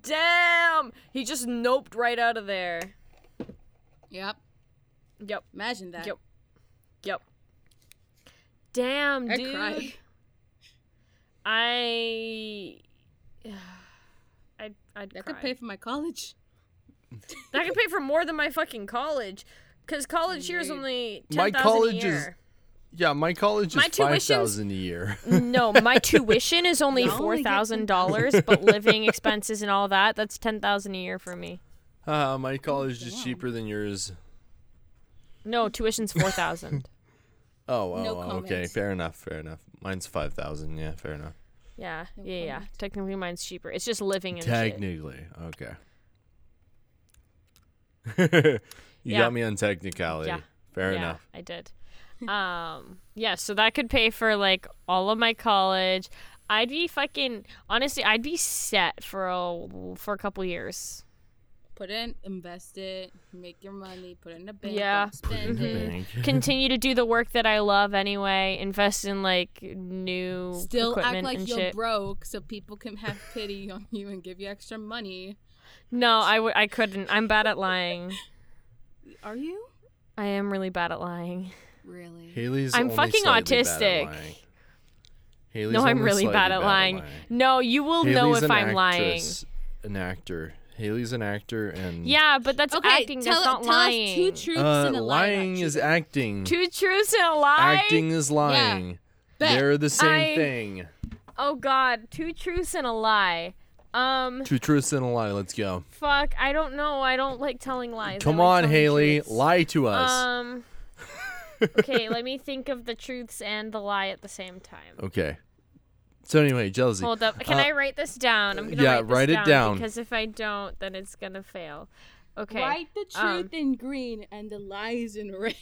Damn! He just noped right out of there.
Yep.
Yep.
Imagine that.
Yep. Yep.
Damn,
I
dude.
cried.
[SIGHS]
I. I'd, I'd
That
cry.
could pay for my college.
That could pay for more than my fucking college. Cause college here is only
My
ten thousand a
college is-
year.
yeah, my college is
My tuition's-
5000 a year.
[LAUGHS]
[LAUGHS]
No, my tuition is
[LAUGHS]
only
Y'all
four
only get
thousand dollars, but living [LAUGHS] expenses and all that—that's ten thousand a year for me.
Uh, my college is cheaper than yours.
No,
[LAUGHS]
tuition's four thousand.
Oh, oh,
No
oh, okay.
comment.
Fair enough. Fair enough. Mine's 5000 Yeah, fair enough.
[LAUGHS]
Yeah, yeah, yeah. Technically, mine's cheaper. It's just living and shit.
Technically. Okay. [LAUGHS] you
Yeah.
got me on technicality.
Yeah.
Fair
yeah,
enough.
I did. Um, yeah. So that could pay for like all of my college. I'd be fucking honestly. I'd be set for a for a couple
[LAUGHS]
years.
put in, invest it, make your money, put it in a bank,
Yeah.
don't spend it.
Continue to do the work that I love anyway. Invest in like new
Still
equipment
act like
and
you're
shit.
broke so people can have pity on you and give you extra money.
no, I would. I couldn't. I'm bad at lying.
Are you?
I am really bad at lying.
Really?
Haley's
I'm
only
fucking
slightly bad at
autistic.
lying. Haley's
no, I'm
only
really
slightly
bad at lying. No, you will know
Haley's
if
an
I'm lying.
actress, An actor. Haley's an actor and
Yeah, but that's
Okay,
acting.
tell,
that's not
tell
lying.
us two truths
Uh,
and a lie. about
lying is
cheating.
acting.
Two truths and a lie.
acting is lying.
Bet.
They're the same
I-
thing.
Oh God, two truths and a lie. Um,
Two truths and a lie. Let's go.
fuck. I don't know. I don't like telling lies. I
Come
like
on,
telling
Haley.
truths.
Lie to us. [LAUGHS]
Um. okay, let me think of the truths and the lie at the same time.
okay. So anyway, jealousy.
Hold up. Can
Oh, Uh,
I write this down? I'm gonna
yeah,
write, this
write it
down,
down.
because if I don't, then it's gonna fail. Okay.
Write the
um,
truth in green and the lies in [LAUGHS] red.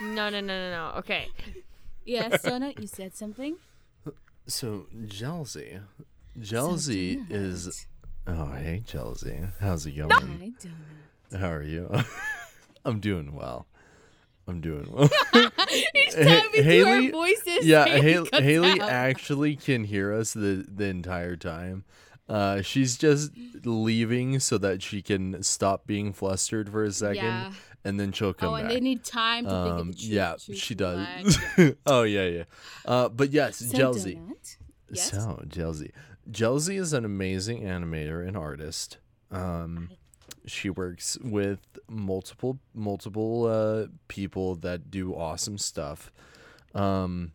No, no, no, no, no. Okay.
yes, Sona, you said something.
So jealousy. Jealousy is. Oh, hey, jealousy. How's it going?
I don't.
How are you? [LAUGHS] I'm doing well. I'm doing well.
[LAUGHS] Each time we do our
Haley-
voices,
yeah,
Haley,
Haley,
cuts
Haley
out.
actually can hear us the the entire time. Uh, she's just leaving so that she can stop being flustered for a second,
Yeah.
and then she'll come
Oh,
back.
and they need time to think of
um,
the truth.
yeah,
truth
she
and the
does.
lie.
oh yeah, yeah. Uh, but yes,
So,
[LAUGHS] jealousy.
Donut, Yes.
So jealousy. Jelzy is an amazing animator and artist. Um, she works with multiple multiple uh, people that do awesome stuff. Um,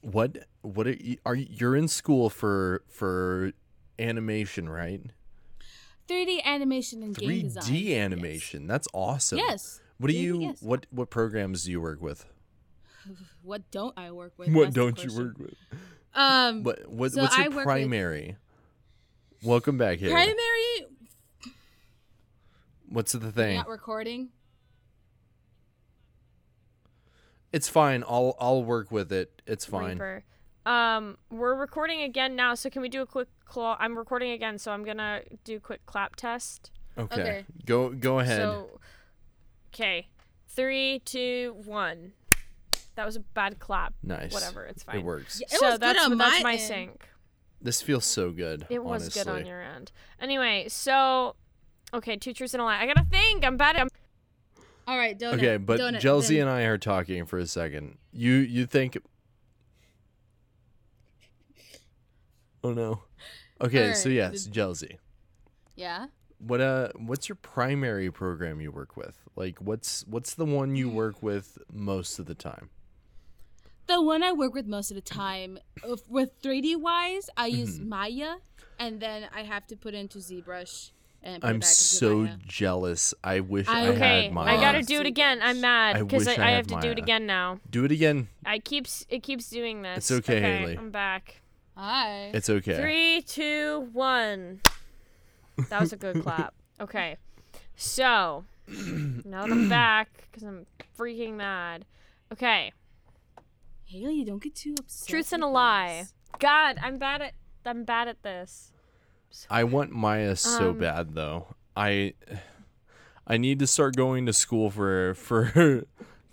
what what are you, are you, you're in school for for animation, right?
3D animation and game design.
3D animation. That's awesome.
Yes.
What do
Yeah,
you
yes.
what what programs do you work with?
What don't I work with?
What
That's the
don't you
question.
work with?
Um,
What, what
So
what's
I
your
work with-
primary? Welcome back here.
primary.
What's the thing?
Not recording.
It's fine. I'll I'll work with it. It's fine.
Reaper. Um, we're recording again now, so can we do a quick claw? I'm recording again, so I'm gonna do a quick clap test.
Okay.
Okay.
Go go ahead.
So, okay, three, two, one. That was a bad clap.
nice.
Whatever, it's fine.
It works.
Yeah, it
so
was
that's
good on
that's
my
my
end.
sync.
This feels so good.
It was
honestly.
good on your end. Anyway, so okay, two truths and a lie. I gotta think. I'm bad. At,
All right, donut.
Okay, but
donut,
Jelzy
then.
and I are talking for a second. You you think? Oh no. Okay, so
Alright,
yes, Jelzy.
Yeah.
What uh, what's your primary program you work with? Like, what's what's the one
Hmm.
you work with most of the time?
The one I work with most of the time, if- with 3D wise, I
Mm-hmm.
use Maya, and then I have to put into ZBrush and put it
I'm
back
so
into Maya.
jealous. I wish I,
I-
okay, I
had mine.
gotta do it again. I'm mad
I
because I,
wish
I,
I had
have to do it
Maya.
again now.
Do it again.
I keeps it keeps doing this.
It's okay, Haley.
I'm back.
Hi.
It's okay.
Three, two, one. That was a
[LAUGHS]
good clap. Okay. So, [CLEARS THROAT] now that I'm back, because I'm freaking mad. Okay.
Haley, don't get too upset.
Truths and a
with
lie.
us.
God, I'm bad at I'm bad at this.
I want Maya so
Um,
bad though. I I need to start going to school for for [LAUGHS]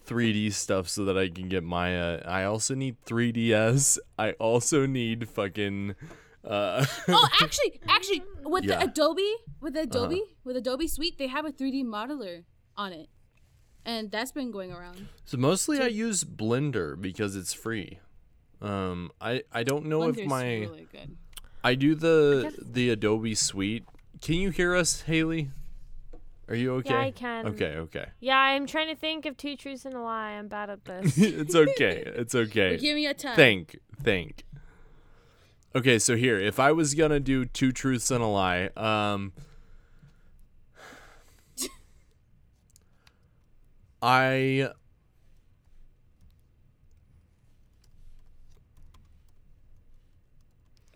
3D stuff so that I can get Maya. I also need 3DS. I also need fucking uh [LAUGHS]
oh, actually, actually, with
Yeah. Uh-huh.
the Adobe, with the Adobe, with Adobe Suite, they have a 3D modeler on it, and that's been going around.
So mostly I use Blender because it's free. Um I I don't know if
Blender's
my
really good.
I do the the Adobe Suite. Can you hear us, Haley? Are you okay?
I can.
Okay, okay.
Yeah, I'm trying to think of two truths and a lie. I'm bad at
[LAUGHS]
this.
it's okay. It's okay.
Give me a time.
think think okay so here if i was gonna do two truths and a lie um i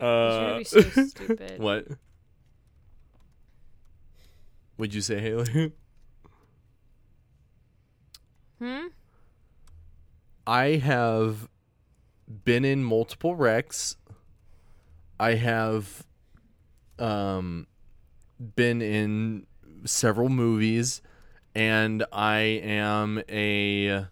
uh [LAUGHS]
You're gonna be so stupid.
what would you say haley
Hmm?
I have been in multiple wrecks. I have um been in several movies and I am a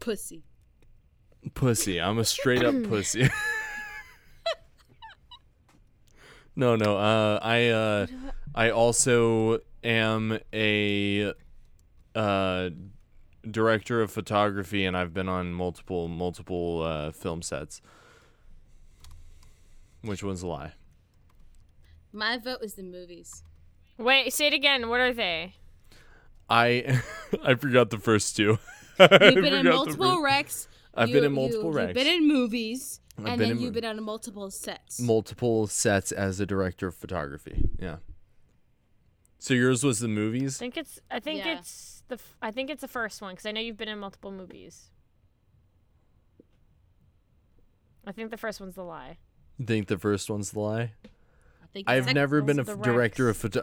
Pussy.
pussy. I'm a straight
[CLEARS THROAT]
up pussy. no, no. Uh I uh I also am a uh director of photography and I've been on multiple multiple uh film sets. Which one's a lie?
My vote is
[LAUGHS]
the movies.
Wait, say it again. What are they?
I [LAUGHS] I forgot the first two. [LAUGHS]
You've been in multiple wrecks.
I've
you-
been in multiple
you,
wrecks.
You've been in movies, and
been
then
in
you've
mo-
been on multiple sets.
multiple sets as a director of photography. Yeah. So yours was the
I
movies?
think it's I think
Yeah.
it's the f- I think it's the first one because I know you've been in multiple movies. I think the first one's the lie.
You think the first one's the lie?
I think
I've
that's-
never been a
the
f-
Rex.
director of photo.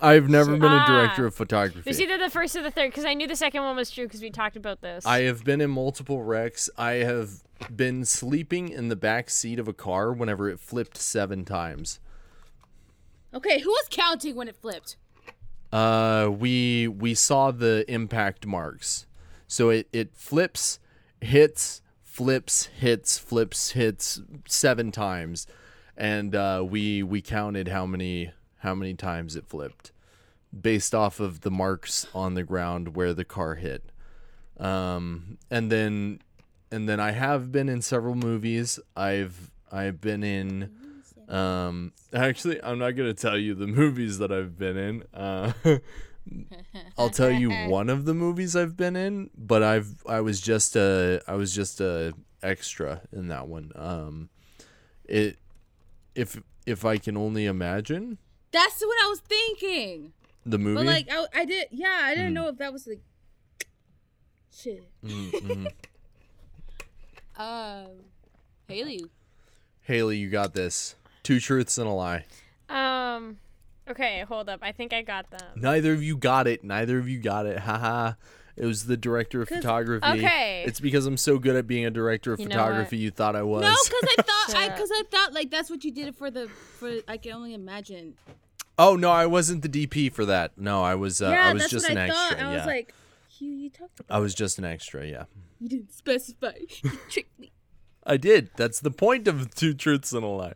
I've never been a director
Ah.
of photography.
It was either the first or the third because I knew the second one was true because we talked about this.
I have been in multiple wrecks. I have been sleeping in the back seat of a car whenever it flipped seven times.
Okay, who was counting when it flipped?
Uh, we we saw the impact marks. So it it flips, hits, flips, hits, flips, hits seven times, and uh, we we counted how many how many times it flipped. based off of the marks on the ground where the car hit. Um, and then, and then I have been in several movies. I've I've been in. Um, actually, I'm not gonna tell you the [LAUGHS] movies that I've been in. Uh, [LAUGHS] I'll
[LAUGHS]
tell you one of the movies I've been in, but I've I was just a I was just a extra in that one. Um, it if if I can only imagine
That's what I was thinking.
the movie.
But like I, I did yeah, I didn't know if that was like shit.
Mm, mhm.
[LAUGHS] Um Haley.
Haley, you got this. Two truths and a lie.
Um. Okay, hold up. I think I got
[LAUGHS]
them.
Neither of you got it. Neither of you got it. Haha. It was the director of photography.
okay.
It's because I'm so good at being a director of
You know what?
photography. You thought I was.
No, because I thought I [LAUGHS]
Shit.
because I thought like that's what you did for the for I can only imagine.
oh no, I wasn't the DP for that. No, I was. Uh,
yeah,
I was
that's
just
what
an
I
extra.
thought. I
yeah.
was like, you you talked about
I was just an extra. Yeah.
you didn't specify. [LAUGHS] You tricked me.
I did. That's the point of [LAUGHS] two truths and a lie.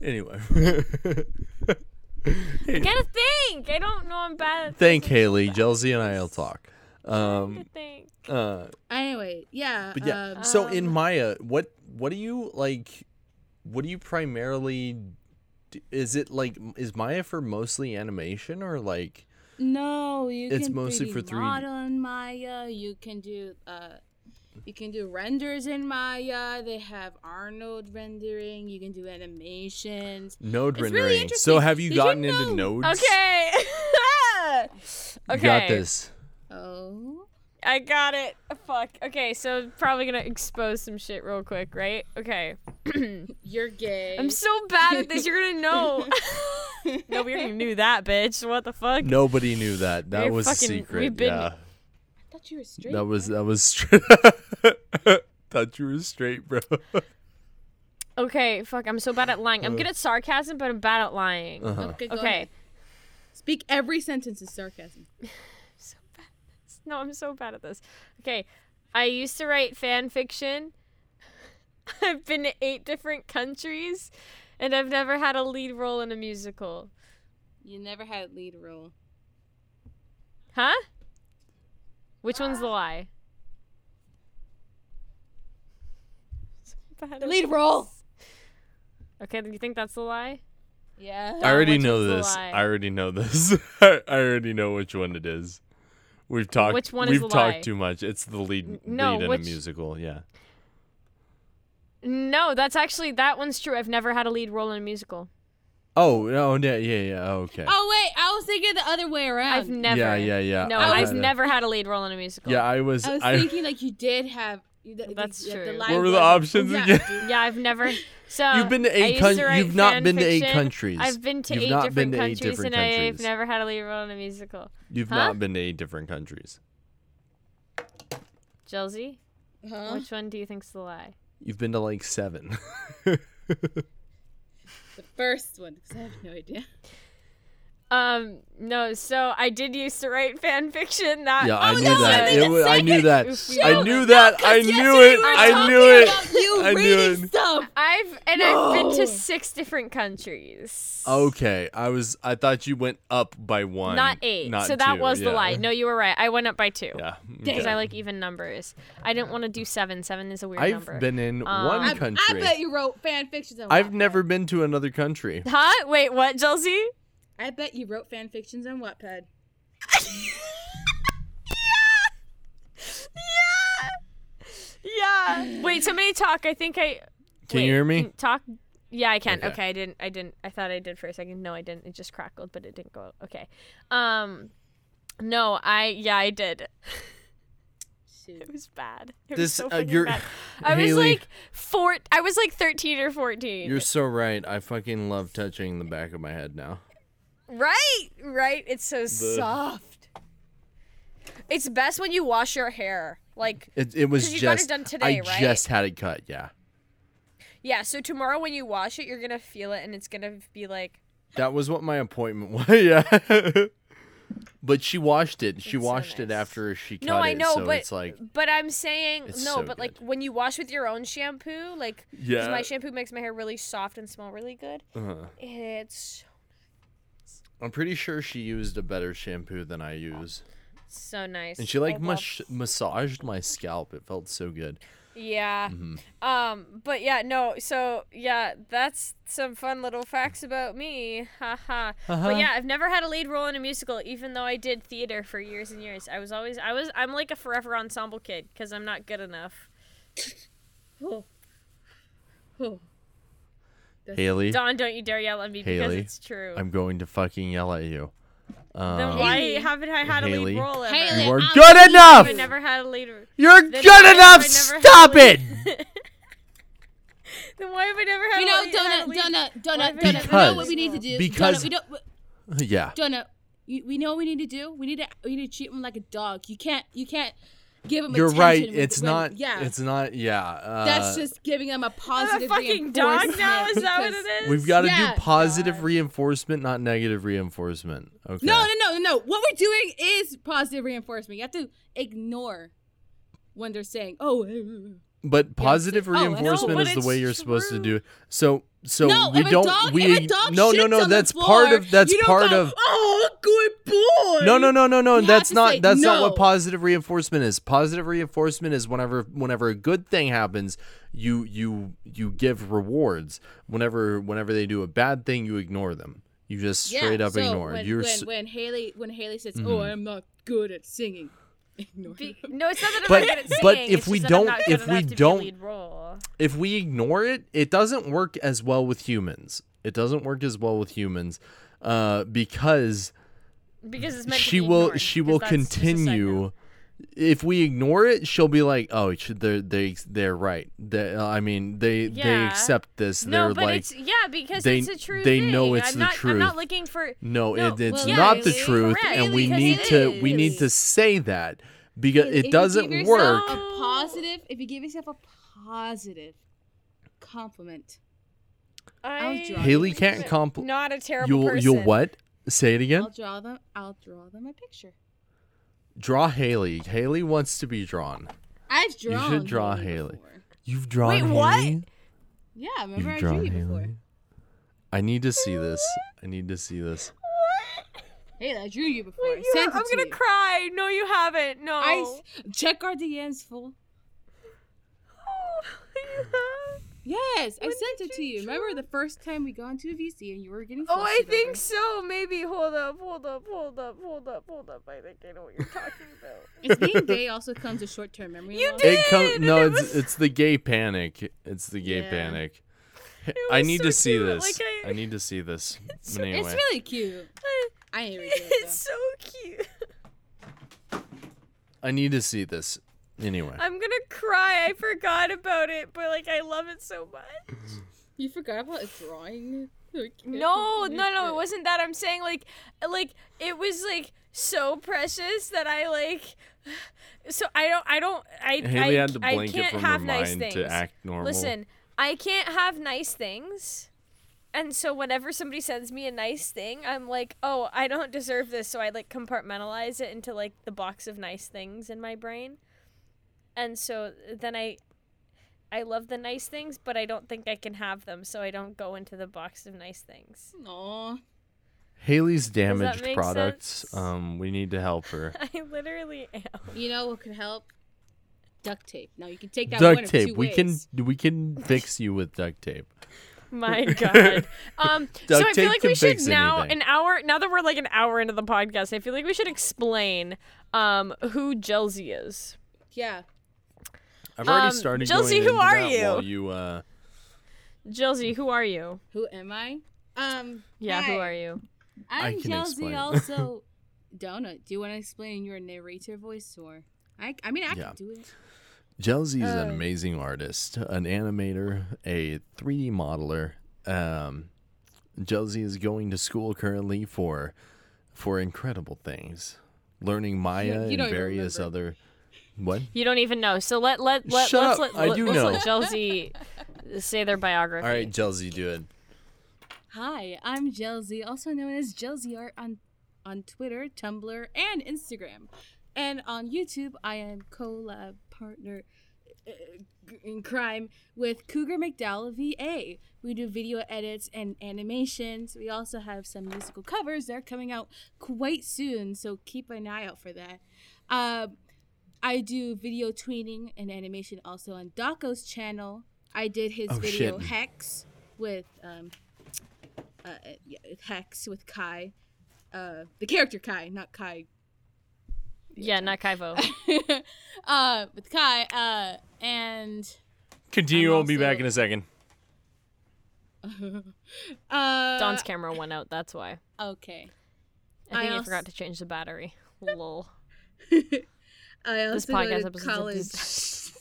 Anyway. [LAUGHS]
Gotta think. I don't know. I'm bad at
Thank Haley. Jealousy and I'll talk. Um.
think.
Uh.
Anyway, yeah.
But yeah.
um,
so in Maya, what what do you like? What do you primarily? d- Is it like is Maya for mostly animation or like?
No, you
It's
can
mostly
3D
for 3D.
model in Maya. You can do uh, you can do renders in Maya. They have Arnold rendering. You can do animations.
Node
It's really
rendering. so
interesting.
have you
Did you
gotten into
know-
nodes?
Okay. [LAUGHS] okay.
You got this.
Oh,
I got it. Fuck. Okay, so probably gonna expose some shit real quick, right? Okay. [CLEARS THROAT]
you're gay.
I'm so bad at this. You're gonna
[LAUGHS]
know. Nobody already knew that, bitch. What the fuck?
Nobody knew that. That
We're
was
fucking-
a secret.
we've been-
yeah.
I thought you were straight.
That was that was straight. [LAUGHS] Thought you were straight, bro. [LAUGHS]
Okay. Fuck. I'm so bad at lying. I'm good at sarcasm, but I'm bad at lying.
Uh. Uh-huh.
okay. Go
Okay.
ahead. Speak every sentence in sarcasm.
[LAUGHS] No, I'm so bad at this. Okay. I used to write fan fiction. [LAUGHS] I've been to eight different countries, and I've never had a lead role in a musical.
You never had a lead role.
Huh? Which one's the lie?
The lead role.
Okay, do you think that's the lie?
Yeah.
I already
which
know
one's the
this.
lie?
I already know this. [LAUGHS] I already know which one it is. We've talked.
Which one is
We've
the
talked
lie?
too much. It's the lead
no,
lead in
which-
a musical. Yeah.
No, that's actually that one's true. I've never had a lead role in a musical.
Oh no! Yeah, yeah, yeah. oh, Okay.
Oh wait, I was thinking the other way around.
I've never.
Yeah, yeah, yeah.
No,
I
I've
had a-
never had a lead role in a musical.
Yeah, I was.
I was
I, [LAUGHS]
thinking like you did have. you- The,
That's
the,
true.
The
What
live
were the
ones.
options
Yeah,
again?
[LAUGHS]
dude.
Yeah, I've never. So
You've been to eight
I used
coun-
write
you've not
fan
been to eight
fiction.
countries.
I've been to
You've
eight
not
different
been to eight
countries,
different
and
countries.
I've never had a lead role in a musical.
you've
Huh?
not been to eight different countries.
Chelsea,
[LAUGHS] Huh?
which one do you think's the lie?
You've been to like seven. [LAUGHS]
The first one, because I have no idea.
Um, no. So I did used to write fan fiction. That
yeah, I
Oh,
knew
no, I
that.
didn't
It wa- I
say
knew
it.
that.
Oof,
I
shoot.
knew that. I
Yes,
knew
we
it.
were
I
talking
knew
about
it. [LAUGHS]
You
I knew
reading
it.
stuff.
I've and I've been
No.
to six different countries.
Okay, I was. I thought you went up by one,
not eight.
not
so that
two,
was the
yeah.
lie. No, you were right. I went up by two.
Yeah.
Because
okay.
I like even numbers. I didn't want to do seven. Seven is a weird
I've
number.
been in
Um,
one
I-
I,
country.
I bet you wrote fan fictions. on
I've
Wattpad.
never been to another country.
Huh? Wait, what, Chelsea?
I bet you wrote fan fictions on Wattpad.
Yeah. Wait, somebody talk. I think I
Can
wait,
you hear me?
can- Talk. Yeah, I can.
Okay.
Okay. I didn't. I didn't. I thought I did for a second. No, I didn't. It just crackled, but it didn't go. Okay. Um, no, I. Yeah, I did.
Shoot.
It was bad. It was
This
so
uh,
fucking
you're.
bad. I was
[LAUGHS] Haley,
like four. I was like thirteen or fourteen.
You're so right. I fucking love touching the back of my head now.
Right, right. It's so soft. It's best when you wash your hair. Like,
It, it was
'Cause you got it
just
done today,
I
right?
just had it cut. Yeah,
yeah, so tomorrow when you wash it, you're going to feel it and it's going to be like,
that was what my appointment [LAUGHS] was. yeah, but she washed it. She
It's so
washed it
nice.
after she cut
No, I
it,
know,
so
but
it's like
but I'm saying
It's
no,
so
but like
good.
when you wash with your own shampoo, like 'cause
yeah.
my shampoo makes my hair really soft and smell really good.
uh-huh.
It's
I'm pretty sure she used a better shampoo than I use,
So nice.
and she like
much.
mas- massaged my scalp. It felt so good.
Yeah.
Mm-hmm.
Um, but yeah, no, so yeah, that's some fun little facts about me. Haha.
Haha.
But yeah, I've never had a lead role in a musical, even though I did theater for years and years. I was always I was I'm like a forever ensemble kid because I'm not good enough.
Oh. Oh.
Haley,
Dawn, don't you dare yell at me because
Haley,
it's true.
I'm going to fucking yell at you.
then
Um,
why
Haley.
haven't I had a
Haley.
lead role ever?
Haley.
you are
I'll
good
leave
enough.
I never had a lead role.
You're
Then why
good
have
enough.
I never had a
Stop
lead-
it.
[LAUGHS] Then why have I never had
You
a
know,
lead had a
donut,
lead-
donut, donut, donut. we know
Because-
what we need to do.
because-
donut, we don't.
[LAUGHS] yeah.
Donut, you- we know what we need to do. We need to. We need to treat him like a dog. You can't. You can't give him.
You're right.
attention with-
It's
when-
not.
Yeah.
It's not. Yeah. Uh,
that's just giving him a
I'm a
positive.
fucking dog now?
reinforcement
Is that what
because-
it is?
We've got to
Yeah,
do positive
God.
reinforcement, not negative reinforcement. Okay.
No, no, no, no, no. What we're doing is positive reinforcement. You have to ignore when they're saying, "Oh."
But positive
Oh, I know,
reinforcement
but
is the way
it's
you're supposed to
true.
do. it. So, so
no,
we
if
don't.
A dog,
we
if a dog
no, no,
shits
no.
on the
That's part
floor,
of. That's
you don't
part
go,
of.
Oh, good boy.
No, no, no, no, no.
You have
That's
to
not.
say
That's not what
no.
positive reinforcement is. Positive reinforcement is whenever, whenever a good thing happens, you you you give rewards. Whenever, whenever they do a bad thing, you ignore them. You just straight
yeah,
up
so
ignore.
When,
you're
when,
s- Mm-hmm.
when Haley when Haley says, "Oh, I'm not good at singing," [LAUGHS] ignore.
Be- no, it's not that I'm
But-
not good at singing.
but if
it's
we
just that I'm
don't-
not good
if we
enough to be a
don't-
lead role.
if we ignore it, it doesn't work as well with humans. It doesn't work as well with humans uh, because
because it's meant
she
to be
will
ignored,
she
'cause
will
that's just a side note.
continue. If we ignore it, she'll be like, "Oh, sh- they're they they're right. They, uh, I mean, they they
Yeah.
accept this.
No,
they're
but
like,
it's yeah because
they-
it's a true
they
thing.
know it's
I'm
the
not, I'm
truth.
not looking for.
No,
No,
it, it's
well,
not
yeah,
the
it's
truth,
correct,
and we
because
need
it
to we need
is.
to say that because
If
it
you
doesn't
give
work.
yourself A positive. If you give yourself a positive compliment, I'll
I,
draw you
Haley
a
can't
picture.
comp.
Not a terrible
You'll
person.
you'll what? Say it again.
I'll draw them. I'll draw them a picture.
Draw Haley. Haley wants to be drawn.
I've
should
drawn.
draw Haley.
before.
You've drawn
Wait, what?
Haley?
Yeah, remember
You've
I drew
drawn
you before.
Haley. I need to see this. I need to see this.
Haley, I drew you before.
Wait,
I
you-
sent
I'm
it to
gonna
you.
cry. No, you haven't. No.
I s- check our DMs, fool. Yes, I
When
sent
did
it to
you
you. Remember the first time we gone to a VC and you were getting.
Oh, I
flustered
think
over-
so. Maybe. Hold up. Hold up. Hold up. Hold up. Hold up. I think I know what you're talking
[LAUGHS]
about.
It's being gay also comes with short-term memory
You
loss.
did.
It comes.
Dude,
No,
it
it's
was-
it's the gay panic. It's the gay
Yeah.
panic.
It
I
was
need
so
to see
cute,
this.
like I-
I need to
[LAUGHS]
see this. But anyway.
It's really cute. I ain't regret it,
it's so cute.
I need to see this. Anyway.
I'm gonna cry. I forgot about it, but like I love it so much.
[LAUGHS]
though. You forgot about drawing.
No, no, no,
[LAUGHS]
it wasn't that. I'm saying like, like it was like so precious that I like. [SIGHS] So I don't, I don't, I,
Haley
I,
had to
I
blank it
can't
from her
have nice
mind
things.
to act normal.
Listen, I can't have nice things. And so whenever somebody sends me a nice thing, I'm like, oh, I don't deserve this. So I like compartmentalize it into like the box of nice things in my brain. And so then I I love the nice things, but I don't think I can have them, so I don't go into the box of nice things. [LAUGHS]
No.
Haley's damaged
make
products.
sense?
Um, we need to help
[LAUGHS]
her.
I literally am.
You know what could help? Duct tape. Now you can take that one
duct
of
tape.
two
We can
ways.
we can fix you with duct tape. [LAUGHS]
My God. Um, so
Duct
I
tape
feel like
can
we should
fix
now
anything.
an hour. Now that we're like an hour into the podcast, I feel like we should explain um who Jelzy is.
Yeah.
I've already
Um,
started.
Chelsea,
going
who
into
are
that
you?
while you uh,
Jelzy, who are you?
Who am I? Um.
Yeah,
hi.
who are you?
I'm
can explain.
Chelsea.
[LAUGHS]
Also, Donut. Do you want to explain your narrator voice or? I. I mean, I
Yeah.
can do it.
Jelzy is an
Uh.
amazing artist, an animator, a 3D modeler. Um, Jelzy is going to school currently for for incredible things, learning Maya
you don't
and
even
various
remember.
other. What?
You don't even know. So let let let
Shut
let's
up.
let
I do
let's
know.
let Jelzy say their biography.
All right, Jelzy, do it.
Hi, I'm Jelzy, also known as Jelzy Art on on Twitter, Tumblr, and Instagram. And on YouTube, I am collab partner uh, g- in crime with Cougar McDowell VA. We do video edits and animations. We also have some musical covers. They're coming out quite soon, so keep an eye out for that. Um, I do video tweening and animation also on Daco's channel. I did his
Oh,
video
shit.
Hex with um, uh, yeah, Hex with Kai, uh, the character Kai, not Kai
Yeah, not
[LAUGHS]
Kaivo.
uh, with Kai, uh, and
Continue.
I'm
I'll be
also-
back in a second.
[LAUGHS] uh,
Don's camera went out. That's why.
okay.
I think
I
I
als-
forgot to change the
[LAUGHS]
battery. Lol.
I also
This
go
podcast
to
episode
college.
is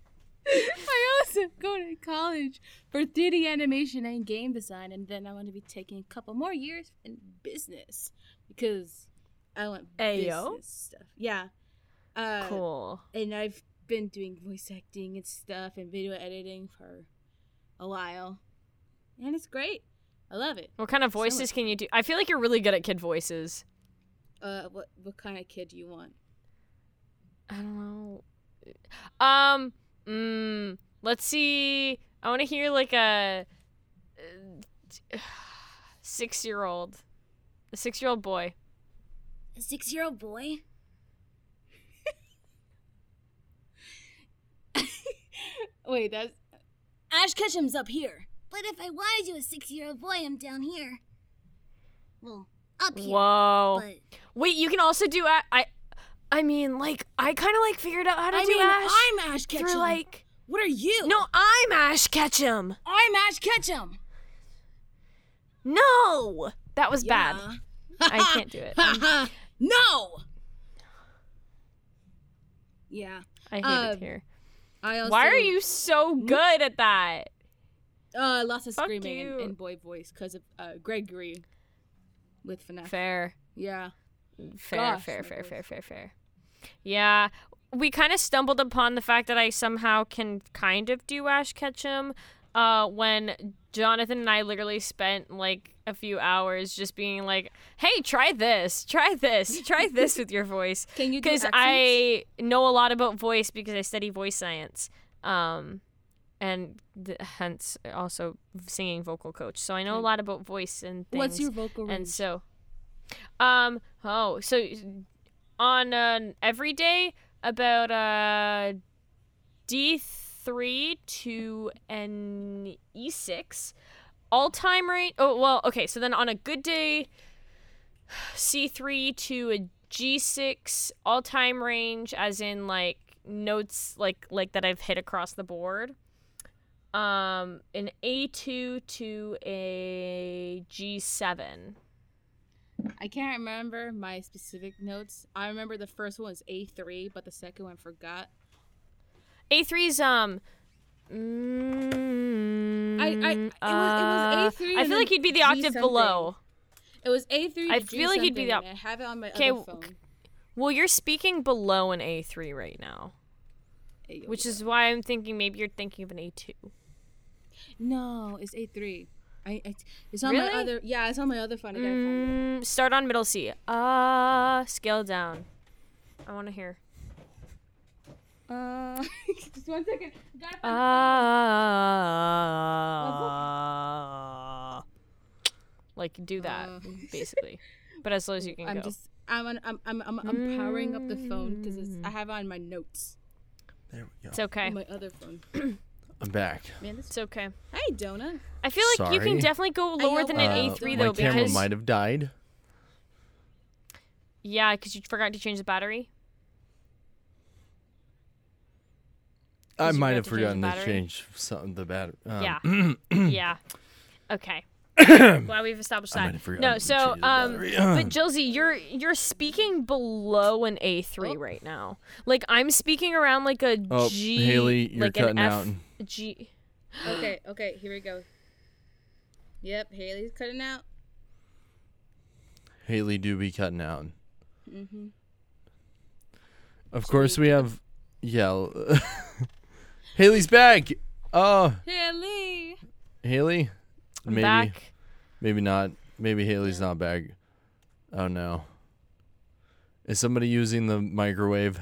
[LAUGHS] I also go to college for 3D animation and game design, and then I want to be taking a couple more years in business because I want
Ayo.
business stuff. Yeah. Uh,
cool.
And I've been doing voice acting and stuff and video editing for a while, and it's great. I love it.
What kind of voices can you do? I feel like you're really good at kid voices.
Uh, what what kind of kid do you want?
I don't know. Um, mm, let's see. I want to hear like a uh, six year old, a six year old boy.
A six year old boy? Wait, that's. Ash Ketchum's up here.
But if I wanted to a six year old boy, I'm down here. Well, up here.
Whoa.
But
Wait, you can also do. A- I, I mean, like I kind of like figured out how to
I
do
mean,
Ash
I'm Ash Ketchum.
through like.
what are you?
No, I'm Ash Ketchum.
I'm Ash Ketchum.
No, that was bad. I can't do it.
[LAUGHS] bad. no. Yeah.
I hate
Um,
it here.
I also,
Why are you so
Mm.
good at that?
Uh, lots of
Fuck
screaming and,
you.
and boy voice because of uh, Gregory with FNAF.
Fair.
Yeah.
Fair,
Gosh,
fair,
my
fair,
voice.
fair, fair, fair. Yeah. We kind of stumbled upon the fact that I somehow can kind of do Ash Ketchum uh, when Jonathan and I literally spent like a few hours just being like, hey, try this, try this,
[LAUGHS]
try this with your voice.
Can you do
Because
accents?
I know a lot about voice because I study voice science. Um, and th- hence also singing vocal coach. So I know a lot about voice and things.
What's your vocal range?
And so, um, oh, so on an every day about uh D three to an E six all time rate. Oh well, okay. So then on a good day, [SIGHS] C three to a G six all time range, as in like notes like like that I've hit across the board um an A2 to a G7.
I can't remember my specific notes. I remember the first one was A3, but the second one I forgot.
A3's um mm, uh,
I- it was- it was A3
I
and
feel like
then
he'd be the
G
octave
something.
below.
It was A3.
I
to G
feel like he'd be
something,
the-
and I have it on my
'Kay,
other
w-
phone.
Well, you're speaking below an A3 right now,
Ayo.
which is why I'm thinking maybe you're thinking of an A2.
no, it's A3. I, I it's on
Really?
my other yeah, it's on my other phone. I gotta find it.
Mm, start on middle C. Uh, scale down. I want to hear.
Uh, [LAUGHS] just one second. Gotta
Uh,
find
Ah. like do that
Uh-huh. Uh.
basically, but as low as you can
I'm
go.
just I'm on, I'm I'm I'm, I'm powering up the phone because I have it on my notes
There we go.
It's okay.
on my other phone.
I'm back.
Man, this
It's okay.
hey donut.
I feel like you can
Sorry.
definitely go lower than an
Uh,
A three
Three,
my
though
camera
because
might have died.
yeah, because you forgot to change the battery.
I
you
might
forgot
have
to change the
forgotten to
battery?
change some the battery. Um, [CLEARS THROAT]
Yeah. yeah.
[COUGHS]
Okay. Glad we've established
I
that.
might have forgotten
No,
to
so
change the
um,
battery.
but Jilzy, you're you're speaking below an A
Oh.
three right now. Like I'm speaking around like a G.
Oh, Haley, you're
like an
cutting
F,
out.
G.
[GASPS] okay, okay, here we go. Yep, Haley's cutting out.
Haley do be cutting out.
Mm-hmm.
Of course, we have. Yeah. l- [LAUGHS] Haley's back. Oh,
Haley.
Haley.
I'm
Maybe.
back.
Maybe not. Maybe Haley's not back. Oh no. Is somebody using the microwave?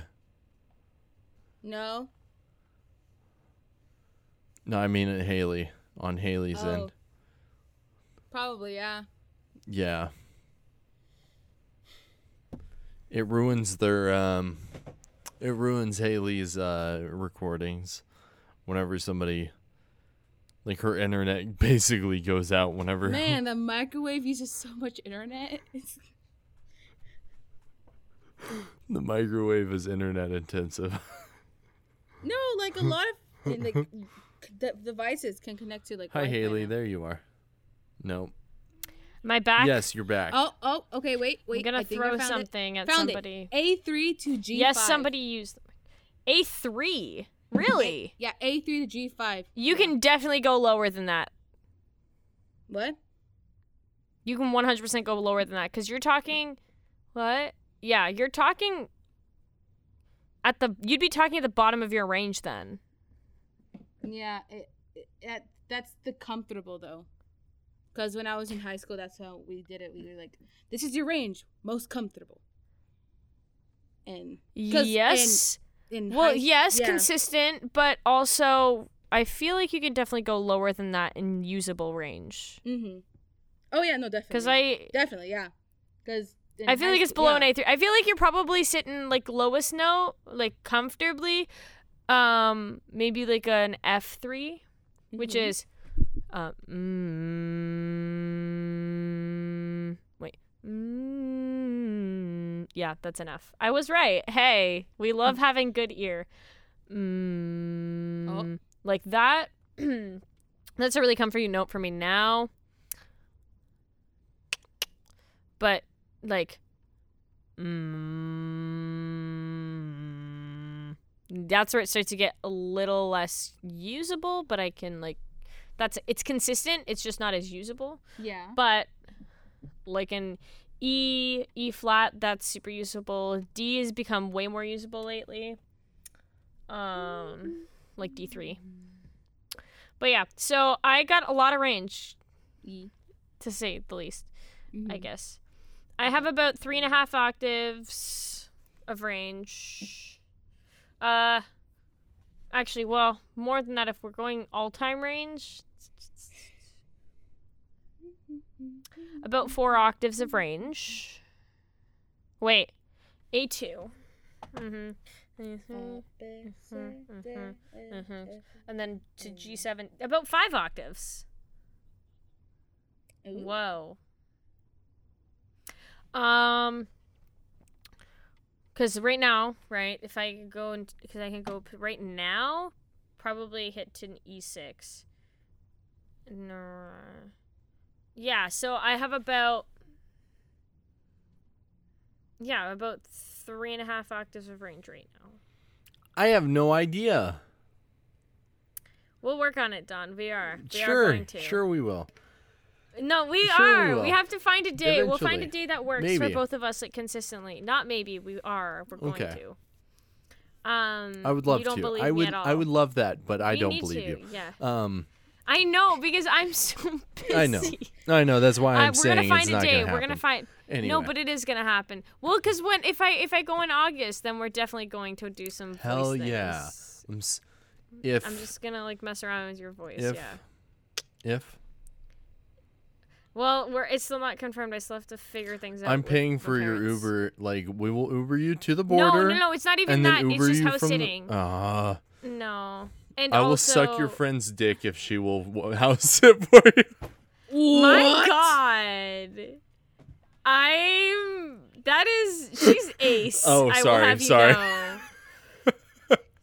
No.
No, I mean at Haley on Haley's
Oh.
end.
Probably, yeah.
Yeah. It ruins their um it ruins Haley's uh recordings whenever somebody like her internet [LAUGHS] basically goes out whenever
Man, the microwave uses so much internet. It's-
[LAUGHS] the microwave is internet intensive. [LAUGHS]
no, like a lot of in the, the devices can connect to like.
Hi
Wi-Fi
Haley,
now.
there you are. No.
My back.
Yes, you're back.
Oh, oh, okay. Wait, wait.
I'm gonna
I think I
throw
found it.
something at
Found
somebody.
it. A3 to G5.
Yes, somebody used them. A three.
[LAUGHS]
Really?
Yeah, A3 to G5.
You can definitely go lower than that.
What?
You can 100% go lower than that because you're talking. What? Yeah, you're talking at the. You'd be talking at the bottom of your range then.
Yeah, it, it, that that's the comfortable though. Because when I was in high school, that's how we did it. We were like, "This is your range, most comfortable." And 'cause in-
Yes.
in
well,
high-
yes,
yeah.
consistent, but also I feel like you can definitely go lower than that in usable range.
Mhm. Oh yeah, no, definitely.
Because I.
definitely yeah, because
I feel like it's below an A three. I feel like you're probably sitting like lowest note, like comfortably, um, maybe like an F 3 which
Mm-hmm.
is, uh, mm, wait, mm, yeah, that's an F. I was right. Hey, we love having good ear. Mm, Like that. [CLEARS THROAT] that's a really comforting note for me now. But like mm, that's where it starts to get a little less usable but i can like that's it's consistent it's just not as usable
Yeah.
but like an e e flat that's super usable d has become way more usable lately um like d3 but yeah so i got a lot of range
E. Mm-hmm.
to say the least I
Hmm.
guess. I have about three and a half octaves of range. Uh, actually, well, more than that if we're going all time range. About four octaves of range. Wait, A2. Mm hmm. Mm-hmm. mhm, mhm. And then to G7, about five octaves. mm-hmm.
Ooh.
Whoa. Um, because right now, right, if I could go and because I can go p- right now, probably hit to an E E6. No. Yeah, so I have about. Yeah, about three and a half octaves of range right now.
I have no idea.
We'll work on it, Don. We are. We are
sure.
going to.
Sure we will.
No, we
Sure we
are. We,
will.
have to find a day. We'll find a
Eventually.
day that works for
Maybe.
both of us like consistently. Not maybe. We are. We're going
Okay.
to. Um,
I would love
you don't
to.
Believe
I
me
would
At all.
I would love that, but I
We
don't
need
believe
to,
you.
Yeah, [LAUGHS]
Um
I know because I'm [LAUGHS] so busy.
I know. I know. That's why
I-
I'm
Uh, we're
saying
gonna find
it's
a
not
day.
gonna happen.
we're gonna find.
Anyway.
No, but it is gonna happen. Well, because when if I if I go in August, then we're definitely going to do some. voice
Hell yeah.
things.
I'm s- if
Mm, I'm just gonna like mess around with your voice.
if
Yeah.
if
Well, we're it's still not confirmed. I still have to figure things out.
I'm
with
paying
my
for your
parents.
Uber, like we will Uber you to the border.
No, no, no. It's not even
and
that.
then Uber
it's just
you
how it's
from the-
sitting.
Ah,
no. And
I will
also,
suck your friend's dick if she will w- [LAUGHS] house it for you.
[LAUGHS] My God. I'm. That is.
[LAUGHS]
She's ace.
Oh,
I
sorry,
Will have
sorry.
You know.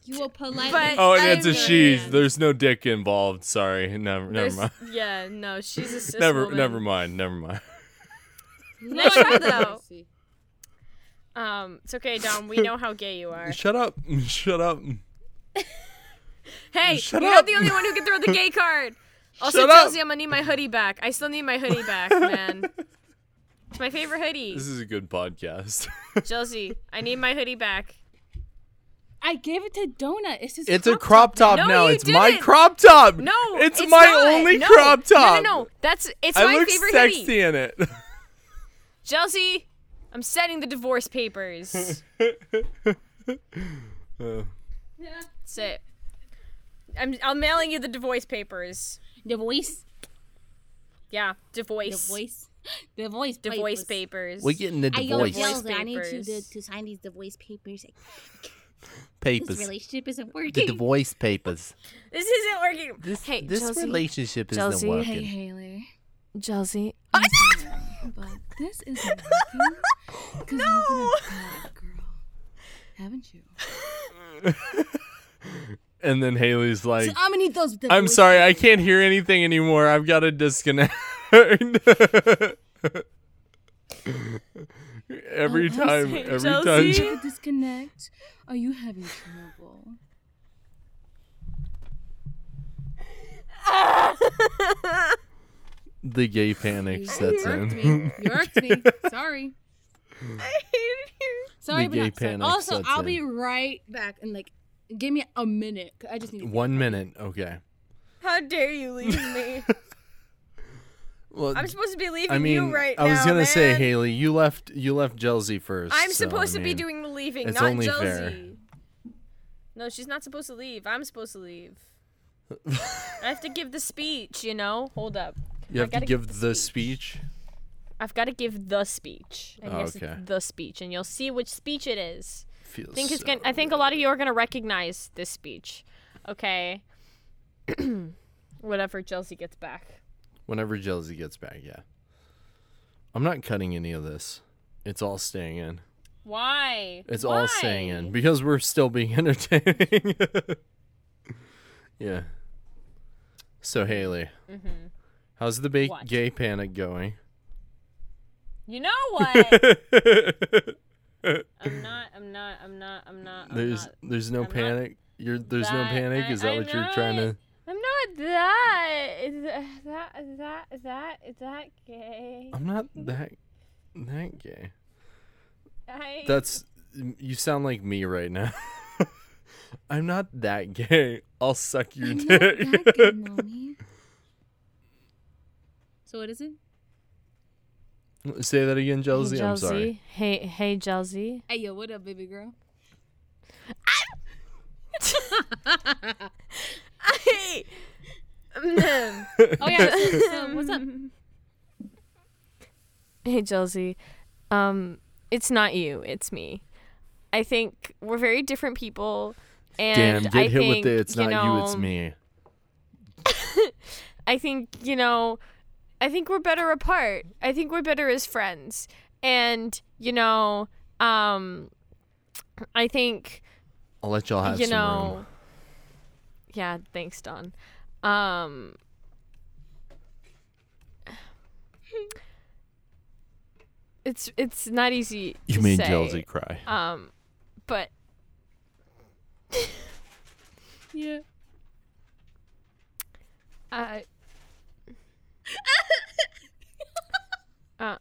You will politely.
But-
Oh, and it's a
I'm
she.
good.
There's no dick involved. Sorry, [LAUGHS] never, never
There's-
mind.
Yeah, no, she's a cis
[LAUGHS] Never,
woman.
never mind. Never mind.
Nice try though. Um, it's
[LAUGHS]
okay, Dom. We know how gay you are.
Shut up. [LAUGHS] Shut up.
Hey,
Shut
you're
up.
not the only one who can throw the
[LAUGHS]
gay card. Also,
Shut up.
Chelsea, I'm gonna need my hoodie back. I still need my hoodie back, man. It's my favorite hoodie.
[LAUGHS] This is a good podcast.
Chelsea, I need my hoodie back.
I gave it to Donut. It's his.
[LAUGHS] It's a crop top
No,
now.
you
It's my
didn't.
crop top.
No,
[LAUGHS] it's, my
not.
only
No,
crop
No,
top.
no, no. That's it's
I
my
look
favorite
sexy
hoodie.
in it. [LAUGHS]
Chelsea, I'm sending the divorce
[LAUGHS]
papers.
Uh,
That's it.
I'm, I'm mailing you the DeVoice papers.
The voice.
Yeah,
The
DeVoice.
voice. [GASPS] The voice.
DeVoice
papers.
papers.
We're getting the
I yelled
divorce
at Yelza, I need you
papers.
to, to sign these divorce papers. This
papers.
relationship isn't
The
working.
divorce
[LAUGHS]
papers.
this isn't working.
This
Hey,
this
Chelsea.
relationship isn't
Chelsea.
working.
Hey, Haley.
Jelsey.
But this
[LAUGHS]
isn't working. Because you've been a bad girl. Haven't you?
And then Haley's like,
uh,
I'm gonna need those. The
"I'm
voice-
sorry, I can't hear anything anymore. I've got to disconnect." [LAUGHS] every time, every time.
Oh, Chelsea.
To disconnect. Are you having trouble?
The gay panic
You
sets
irked
in. [LAUGHS]
me. You irked me. Sorry. Sorry,
The
but
gay
not sorry.
panic
Also,
sets
I'll
in.
be right back and like, give me a minute. 'cause I just need to
[LAUGHS]
get-
One minute, okay.
How dare you leave me?
Well,
I'm supposed to be leaving
I mean,
you right
I was
now,
gonna
man.
say, Haley, you left, you left Jelsey first.
I'm
so,
supposed
I
to be
mean,
doing the leaving,
it's
not
only
Josie.
fair.
No, she's not supposed to leave. I'm supposed to
[LAUGHS]
leave. I have to give the speech, you know? Hold up.
You
I
have to
gotta
give
get
the speech.
I've got to give the speech. And
Oh,
yes,
okay.
it's the speech, and you'll see which speech it is.
Feels
I think it's
so-
gonna, I think a lot of you are gonna recognize this speech. Okay. [CLEARS THROAT] Whatever Chelsea gets back.
Whenever Jelsey gets back, yeah. I'm not cutting any of this. It's all staying in.
Why?
It's all staying in because we're still being [LAUGHS] entertaining. yeah. So Haley, how's the ba-
Mm-hmm. What?
gay panic going?
You know
[LAUGHS]
what?
there's
I'm not. I'm not. I'm not. I'm not. I'm not.
there's no
I'm not
panic. You're there's no
that-
panic.
I-
Is that
I'm
what you're trying
not-
to?
I'm not that. That. That. That. That gay.
I'm not that that gay.
I,
That's you sound like me right now. [LAUGHS] I'm not that gay. I'll suck your
I'm not
dick. [LAUGHS]
that good, mommy.
So what is it?
Say that again, Jealousy.
Hey,
I'm sorry.
Jelsey. Hey, hey, Jelsey.
Hey yo, what up, baby girl? Oh yeah. so- so what's up?
[LAUGHS] Hey, Jelsey. Um, it's not you. It's me. I think we're very different people.
Damn,
And
get
I
hit
think,
with the it's
you
not you, it's
know,
me.
I think, you know, I think we're better apart. I think we're better as friends. And, you know, um I think,
I'll let y'all have
you
some
know
room.
Yeah, thanks, Don. Um It's it's not easy.
You
to
made
say,
Jealousy cry.
Um but [LAUGHS]
Yeah.
uh [LAUGHS] Uh,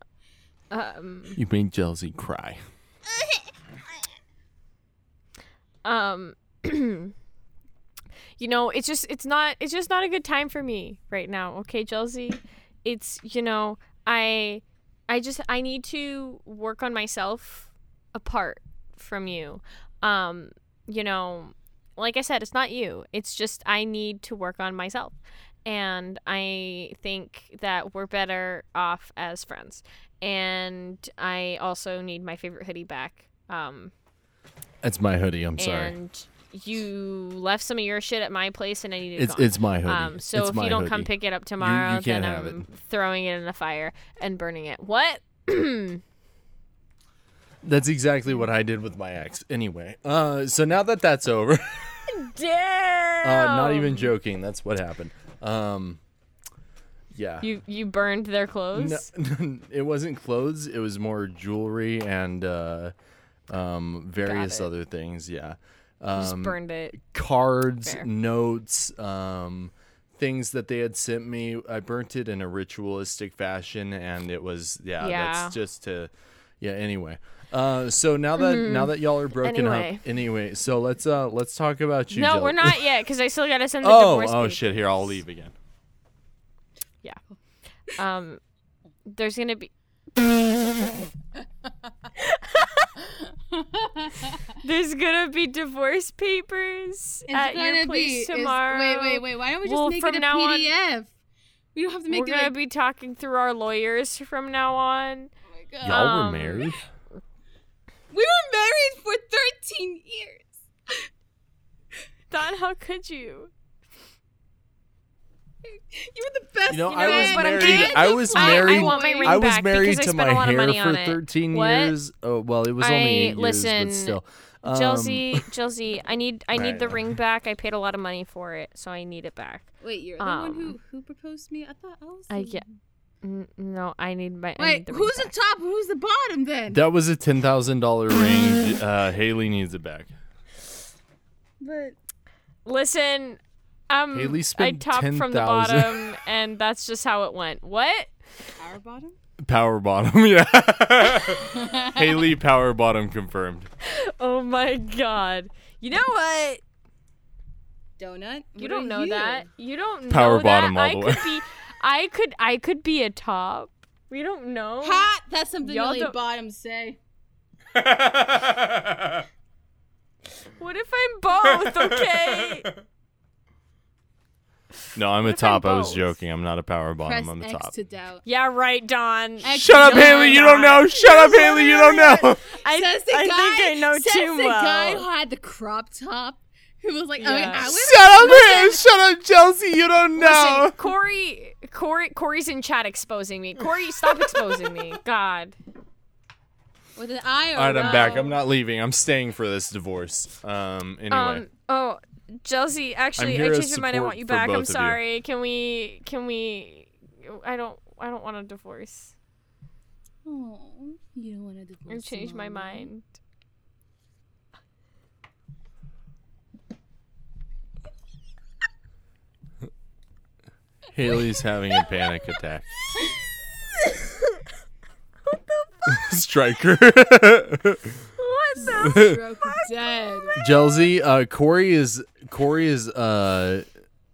um,
you made Jealousy cry.
um [CLEARS THROAT] you know it's just it's not it's just not a good time for me right now okay jealousy it's you know i i just i need to work on myself apart from you um you know like i said it's not you it's just i need to work on myself and i think that we're better off as friends and i also need my favorite hoodie back um
That's my hoodie. I'm sorry.
and you left some of your shit at my place, and I need it
It's
gone.
it's my hoodie.
um, so
It's
if
my
you don't
hoodie.
come pick it up tomorrow, then
can't have
I'm throwing it in the fire and burning it.
[CLEARS THROAT]
What?
That's exactly what I did with my ex. Anyway, uh, so now that that's over, [LAUGHS]
Damn!
uh, not even joking. That's what happened. Um, yeah.
You you burned their clothes.
No, [LAUGHS] it wasn't clothes. It was more jewelry and uh, um, various
it.
other things. Yeah,
Just
um,
burned it.
cards,
Fair.
notes, um, things that they had sent me. I burnt it in a ritualistic fashion, and it was yeah.
Yeah.
That's just to yeah. Anyway, uh, so now that now that y'all are broken
Mm-hmm. Anyway.
up, anyway, so let's uh let's talk about you.
No,
Jill.
we're
[LAUGHS]
not yet because I still gotta send the
oh,
divorce.
oh
papers.
shit! Here, I'll leave again.
Um,
[LAUGHS]
there's gonna be. [LAUGHS] There's gonna be divorce papers
It's
at
gonna
your
be-
place
it's-
tomorrow.
Wait, wait, wait. Why don't we just
Well,
make
from
it a
now on-
PDF? we don't have to make
We're
it.
gonna
like-
be talking through our lawyers from now on.
oh my God.
Yeah.
Y'all
Um,
were married?
We were married for 13 years.
Don, how could you?
You were the best.
You know,
man.
I was
but I'm
married.
kidding.
I was
I- I
married.
want my ring
I was
back
married
because I
to
spent a
my
lot of
hair
money
for
on it.
13
What?
years. Oh well, it was
I-
only eight
listen,
years, but still. Um,
Chelsea, Chelsea, I need I need the
Right.
ring back. I paid a lot of money for it, so I need it back.
Wait, you're
Oh.
the one who
Um,
who proposed me. I thought I was.
I
the-
get. N- no, I need my. I need
Wait,
the
who's
ring
the top? and Who's the bottom then?
That was a ten thousand
[LAUGHS]
dollar ring. Uh, Haley needs it back.
But
Listen, um,
Haley
I
spent
topped from the
10,000.
bottom, and that's just how it went. What?
our bottom.
Power bottom,
[LAUGHS]
[LAUGHS] yeah. Haley power bottom
[LAUGHS]
confirmed.
Oh my god! You know what?
Donut.
You don't know that. You don't
Power
know
bottom
that. I
all the
could
way.
be, I could, I could be a top. We don't know.
Hot. That's something
Y'all
only
don't-
bottoms say.
What if I'm both? Okay.
No, I'm a
if I'm
top. I was
both?
joking. I'm not a power
Press
bottom. I'm a
X
top.
to doubt.
[LAUGHS] yeah, right, Don.
X
Shut up,
to
Haley. You don't know. Shut up, Haley. You don't know.
I,
Says the
I
guy,
think I know
says
too
the
well.
guy who had the crop top, who was like, oh,
Yeah.
I
[LAUGHS]
was
Shut up, Haley. Shut up, Chelsea. You don't know.
Listen, Corey, Corey, Corey's in chat exposing me. Corey, stop exposing me. [LAUGHS] God.
with an eye or
All right, I'm back.
no.
I'm not leaving. I'm staying for this divorce. Oh, Um. Anyway.
Um. Oh, Chelsea. Actually, I
here as
changed my mind. I
support
want you
for
back.
both
I'm
of you.
sorry. Can we? Can we? I don't. I don't want a divorce.
Oh, you don't want to
I
divorce.
changed my
Mama.
mind.
Haley's having a panic attack. Striker.
[LAUGHS] What the? [LAUGHS]
Stroke of dead.
[LAUGHS] Chelsea, uh, Corey is Corey is uh,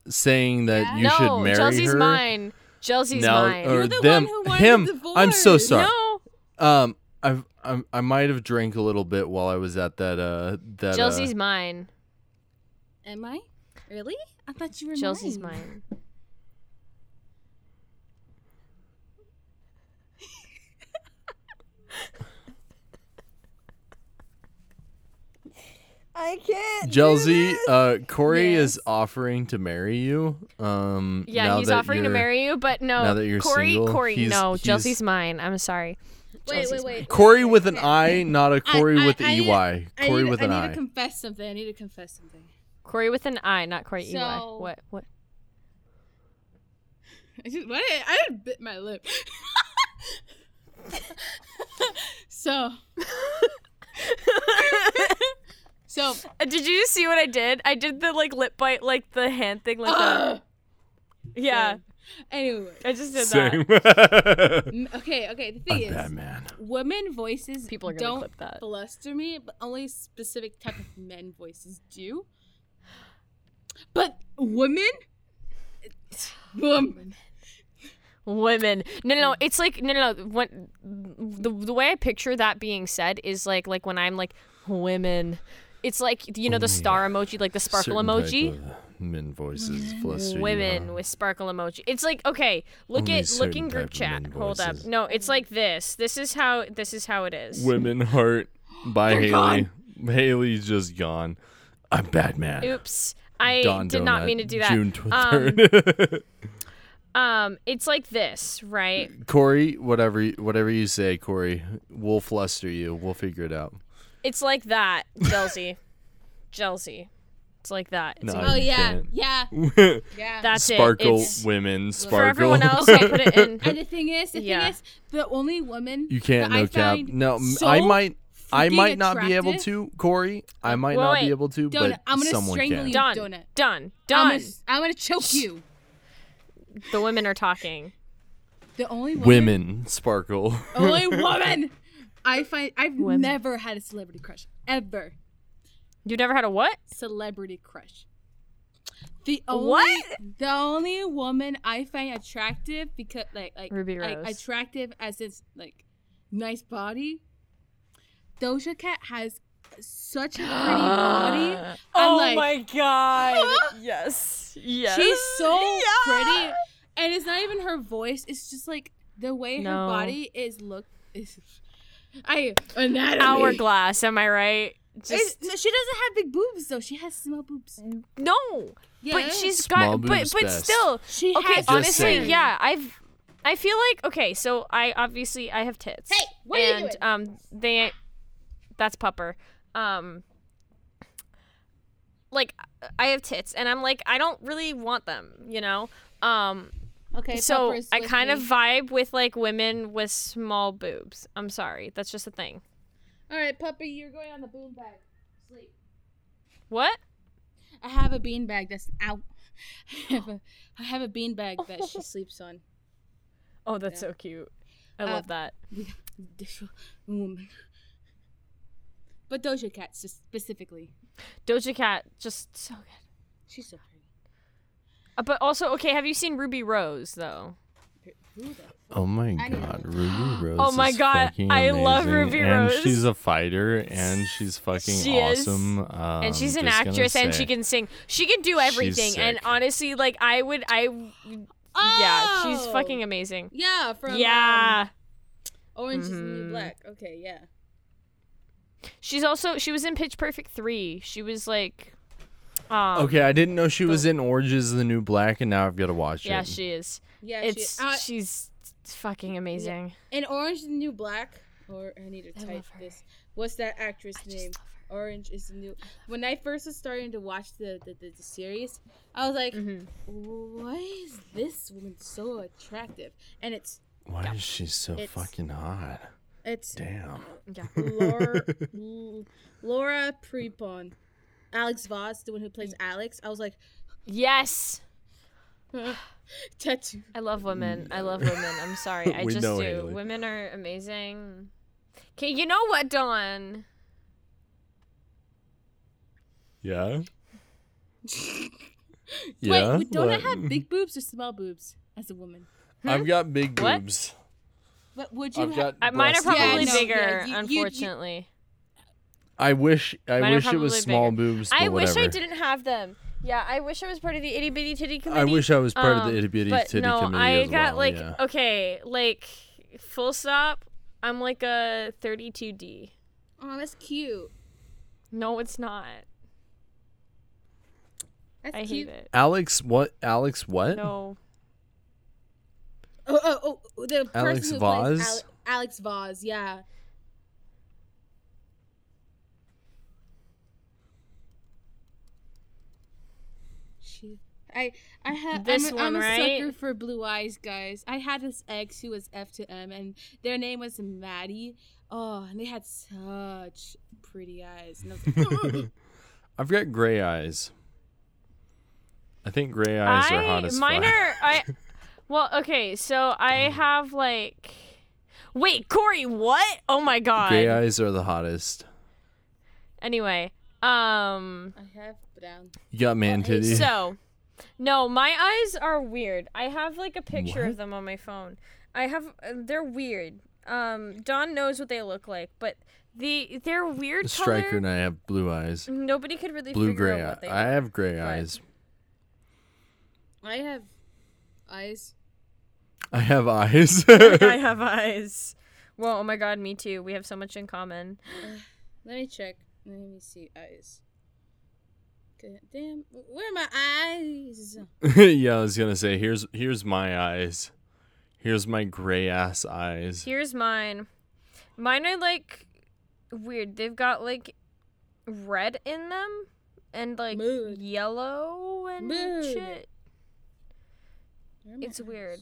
saying that you should
no,
marry
Chelsea's
her.
mine. Chelsea's
now,
mine.
or
the one
them,
who wanted
him.
the
I'm so
divorce.
sorry.
No,
Um, I've, I'm, I might have drank a little bit while I was at that. Uh, that.
Chelsea's
uh,
mine.
Am I? Really? I thought you were
Chelsea's mine.
Chelsea, uh, Corey is
Yes.
offering to marry you. Um,
Yeah,
now
he's
that
offering to
you're-
marry you, but no.
now that you're
Corey,
single,
Corey,
he's-
no.
he's-
Chelsea's mine. I'm sorry.
Wait,
Chelsea's
wait, wait.
Corey with an I, not a Corey
I-
with
I need-
EY.
I
Corey
need,
with
I
an
need
I.
to confess something. I need to confess something.
Corey with an I, not Corey
E
So-
EY. What?
[LAUGHS]
What?
I just what did, I just bit my lip. so so
Uh, did you see what I did? I did the like lip bite, like the hand thing, like that.
[GASPS] Ugh.
Yeah,
uh, anyway.
I just did
[LAUGHS]
[LAUGHS]
that.
m- Okay, okay. The
I'm
thing is,
Batman.
women voices
People are gonna
don't
clip that.
bluster me, but only specific type of men voices do. But women, women.
Women. No, no, no. It's like no, no, no. When the the way I picture that being said is like like when I'm like women. It's like you know the star emoji, like the sparkle
Oh, Certain type
emoji.
of Men voices fluster you
women
on.
with sparkle emoji. It's like okay, look
Only
at look in
certain
group
type of
chat.
men
Hold up.
voices.
No, it's like this. This is how this is how it is.
[LAUGHS] Women Heart by Haley. Haley's just gone. I'm Batman.
Oops. I
Don
did not
Donut,
mean to do that.
June
um,
[LAUGHS] 23rd.
um, it's like this, right?
Corey, whatever y- whatever you say, Corey, we'll fluster you. We'll figure it [LAUGHS] out.
It's like that,
[LAUGHS]
Chelsea. Chelsea. It's like that. It's
No,
Oh
you
yeah,
can't.
yeah, yeah.
That's
sparkle
it. It's,
women, sparkle.
for everyone else,
[LAUGHS]
I put it in.
And the thing is, the
Yeah.
thing is, the only woman
you can't
that I
no cap.
find
No, m-
so
I might I
freaking
might not be able
attractive-
to, Corey. I might
Well,
not
wait.
be able to,
Donut,
but
I'm gonna
someone
strangle
can.
you.
Done.
Donut.
Done.
I'm
Done.
gonna, I'm gonna choke you.
The women are talking.
The only woman,
Women sparkle.
only woman. I find I've
Women.
never had a celebrity crush ever.
You never had a what?
Celebrity crush. The only
What?
the only woman I find attractive because like like
Ruby
like,
Rose.
attractive as it's like nice body Doja Cat has such
[GASPS]
a pretty body. I'm like,
Oh god. [LAUGHS] yes. Yes.
she's so pretty, and it's not even her voice. It's just like the way her
No.
body is look. Is, I anatomy.
Hourglass, am I right?
It's-
Just
no, she doesn't have big boobs though. She has small boobs.
no. But
Yes.
she's
Small
got but
boobs
but
best.
still
She
Okay,
has
Just
honestly,
saying.
yeah, I've I feel like okay, so I obviously I have tits.
Hey, what are you
and
doing?
um they that's pupper. Um like I have tits and I'm like I don't really want them, you know? Um
Okay,
so
Pepper's
I
with
kind of
me.
vibe with like women with small boobs. I'm sorry, that's just a thing.
All right, puppy, you're going on the bean bag. Sleep.
What?
I have a bean bag that's out. [LAUGHS] I have a, I have a bean bag that [LAUGHS] she sleeps on.
Oh, that's so cute. I love that.
This woman. But Doja Cat s- specifically,
Doja Cat, just so good.
she's so pretty.
Uh, But also, okay, have you seen Ruby Rose though?
Who the
[LAUGHS] Oh my
I need
god, Ruby Rose.
[GASPS] Oh my
is
God,
fucking
I love
amazing,
Ruby
and
Rose.
she's a fighter, and she's fucking
She is.
awesome. um,
and she's an
just gonna
actress, and
say.
she can sing. She can do everything. And
sick.
honestly, like I would, I yeah, she's
Oh!
fucking amazing.
Yeah, from
yeah,
um, Orange is the New
Mhm.
Black. Okay, yeah.
she's also she was in Pitch Perfect three. She was like, um,
Okay, I didn't know she was in Orange Is the New Black, and now I've got to watch
yeah,
it.
she is.
Yeah,
It's
she, uh,
she's fucking amazing.
in Orange is the New Black, or I need to
I
type
love her.
this. What's that actress name? Orange is the New. When I first was starting to watch the the, the, the series, I was like,
Mm-hmm.
why is this woman so attractive? And it's
Why is she so
It's-
fucking hot?
it's
Damn. [LAUGHS]
Laura, L- Laura Prepon, Alex Voss, the one who plays
Mm.
Alex. I was like,
Yes,
tattoo.
I love women. I love women. I'm
[LAUGHS]
sorry, I
We
just
know,
do.
Haley.
Women are amazing. Okay, you know what, Dawn? [LAUGHS]
Yeah. yeah.
Wait, don't
what?
I have big boobs or small boobs as a woman?
I've got big
What?
boobs.
But would you?
I've
ha-
got.
Uh, mine are
breast
probably
boobs.
no, yeah,
bigger,
you- you- you-
unfortunately.
I wish. I
Mine are
wish it was
probably
small
bigger.
boobs. But
I wish I
whatever.
didn't have them. Yeah, I wish I was part of the itty bitty titty committee.
I wish I was part of
Um,
the itty bitty
but
titty
no,
committee
I
as
got
well,
like
yeah.
okay, like full stop. I'm like a 32D.
oh, that's cute.
No, it's not.
That's
I hate
cute.
it.
Alex. What? Alex. What?
No.
Oh, oh, oh, the person
Alex
who plays
Voss?
Ale- Alex Voss, yeah. She, I, I have.
This
I'm, a-
one,
I'm a
right?
sucker for blue eyes, guys. I had this ex who was F to M, and their name was Maddie. Oh, and they had such pretty
[LAUGHS]
eyes. And I was like,
I've got gray eyes. I think gray eyes are hot as
mine
fuck. Mm.
are I Well, okay, so I have like Wait, Corey, what? Oh my god.
[LAUGHS] Gray eyes are the hottest.
Anyway, um
I have brown.
You got man titty.
So, no, my eyes are weird. I have like a picture of them on my phone. I have uh, they're weird. Um, Don knows what they look like, but the they're weird
Striker
color.
and I have blue eyes.
Nobody could really
Blue
figure
gray.
out
eye-
what they
I
are.
have gray eyes.
I have eyes.
I have
[LAUGHS]
eyes. [LAUGHS]
I have eyes. Well, oh my god, me too. We have so much in common.
Let me check. Let me see eyes. God damn, where are my eyes?
yeah, I was gonna say here's here's my eyes. Here's my gray ass eyes.
Here's mine. Mine are like weird. They've got like red in them and like
Mood.
yellow and
Mood.
shit.
Where are my
It's
eyes?
weird.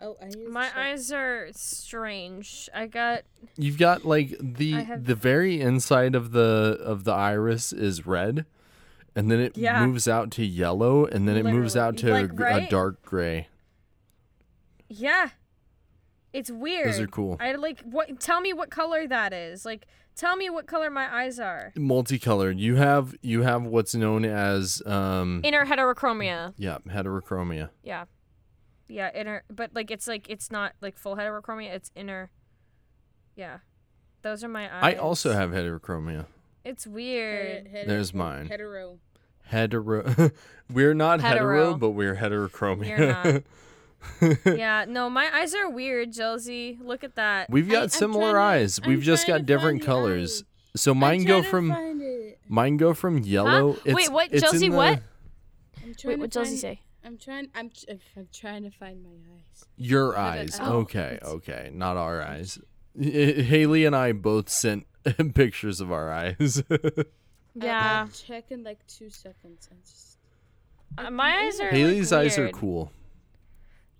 Oh, I need to
My
check.
eyes are strange. I got
You've got like the
I have-
the very inside of the of the iris is red, and then it
Yeah.
moves out to yellow, and then it moves out to
Literally.
a,
Like,
gr- a
right?
dark gray.
yeah. It's weird.
are cool.
I like what tell me what color that is. Like tell me what color my eyes are.
Multicolored. You have you have what's known as um
Inner heterochromia.
yeah heterochromia.
Yeah. Yeah, inner but like it's like it's not like full heterochromia, it's inner Yeah. those are my eyes.
I also have heterochromia.
It's weird.
There's mine.
Hetero.
Hetero. [LAUGHS] we're not hetero.
Hetero.
but we're heterochromia.
You're
[LAUGHS]
[LAUGHS] yeah, no, my eyes are weird, Josie. Look at that.
We've got
I'm
similar
trying to-
eyes.
I'm
We've just
trying
got
to find
different
the
colors.
eye.
So mine
I'm
go
trying to
from
find it.
mine go from yellow.
Wait, what,
it's in
Josie, what?
I'm trying
Wait,
to
what does he
find-
say?
I'm trying. I'm. tr- I'm trying to find my eyes.
Your
How did
eyes.
I- Oh,
okay, okay, not our eyes. I- Haley and I both sent [LAUGHS] pictures of our eyes. [LAUGHS]
I'll,
Yeah,
I'll check in like two seconds. I'm just.
Uh, my eyes are.
Haley's
like,
eyes are
weird.
cool.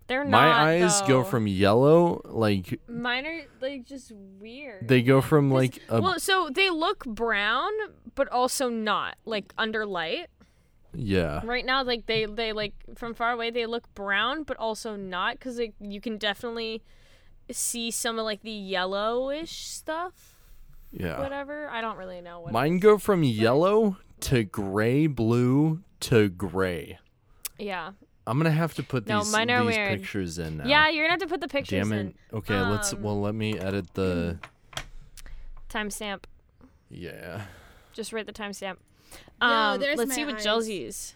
They're not.
My eyes go
though.
from yellow, like
Mine are like just weird.
they um, go from like a
well, so they look brown, but also not like under light.
yeah.
Right now, like they they like from far away they look brown, but also not because like you can definitely see some of like the yellowish stuff.
Yeah.
Whatever. I don't really know what.
Mine go from yellow to gray, blue to gray.
yeah.
I'm gonna have to put
No,
these,
mine are
these
weird.
pictures in now.
Yeah, you're gonna have to put the pictures
Damn
in.
it. Okay, let's.
Um,
Well, let me edit the.
Timestamp.
Yeah.
Just write the timestamp.
Yo,
Um,
there's
let's
my
see what
eyes.
Josie's.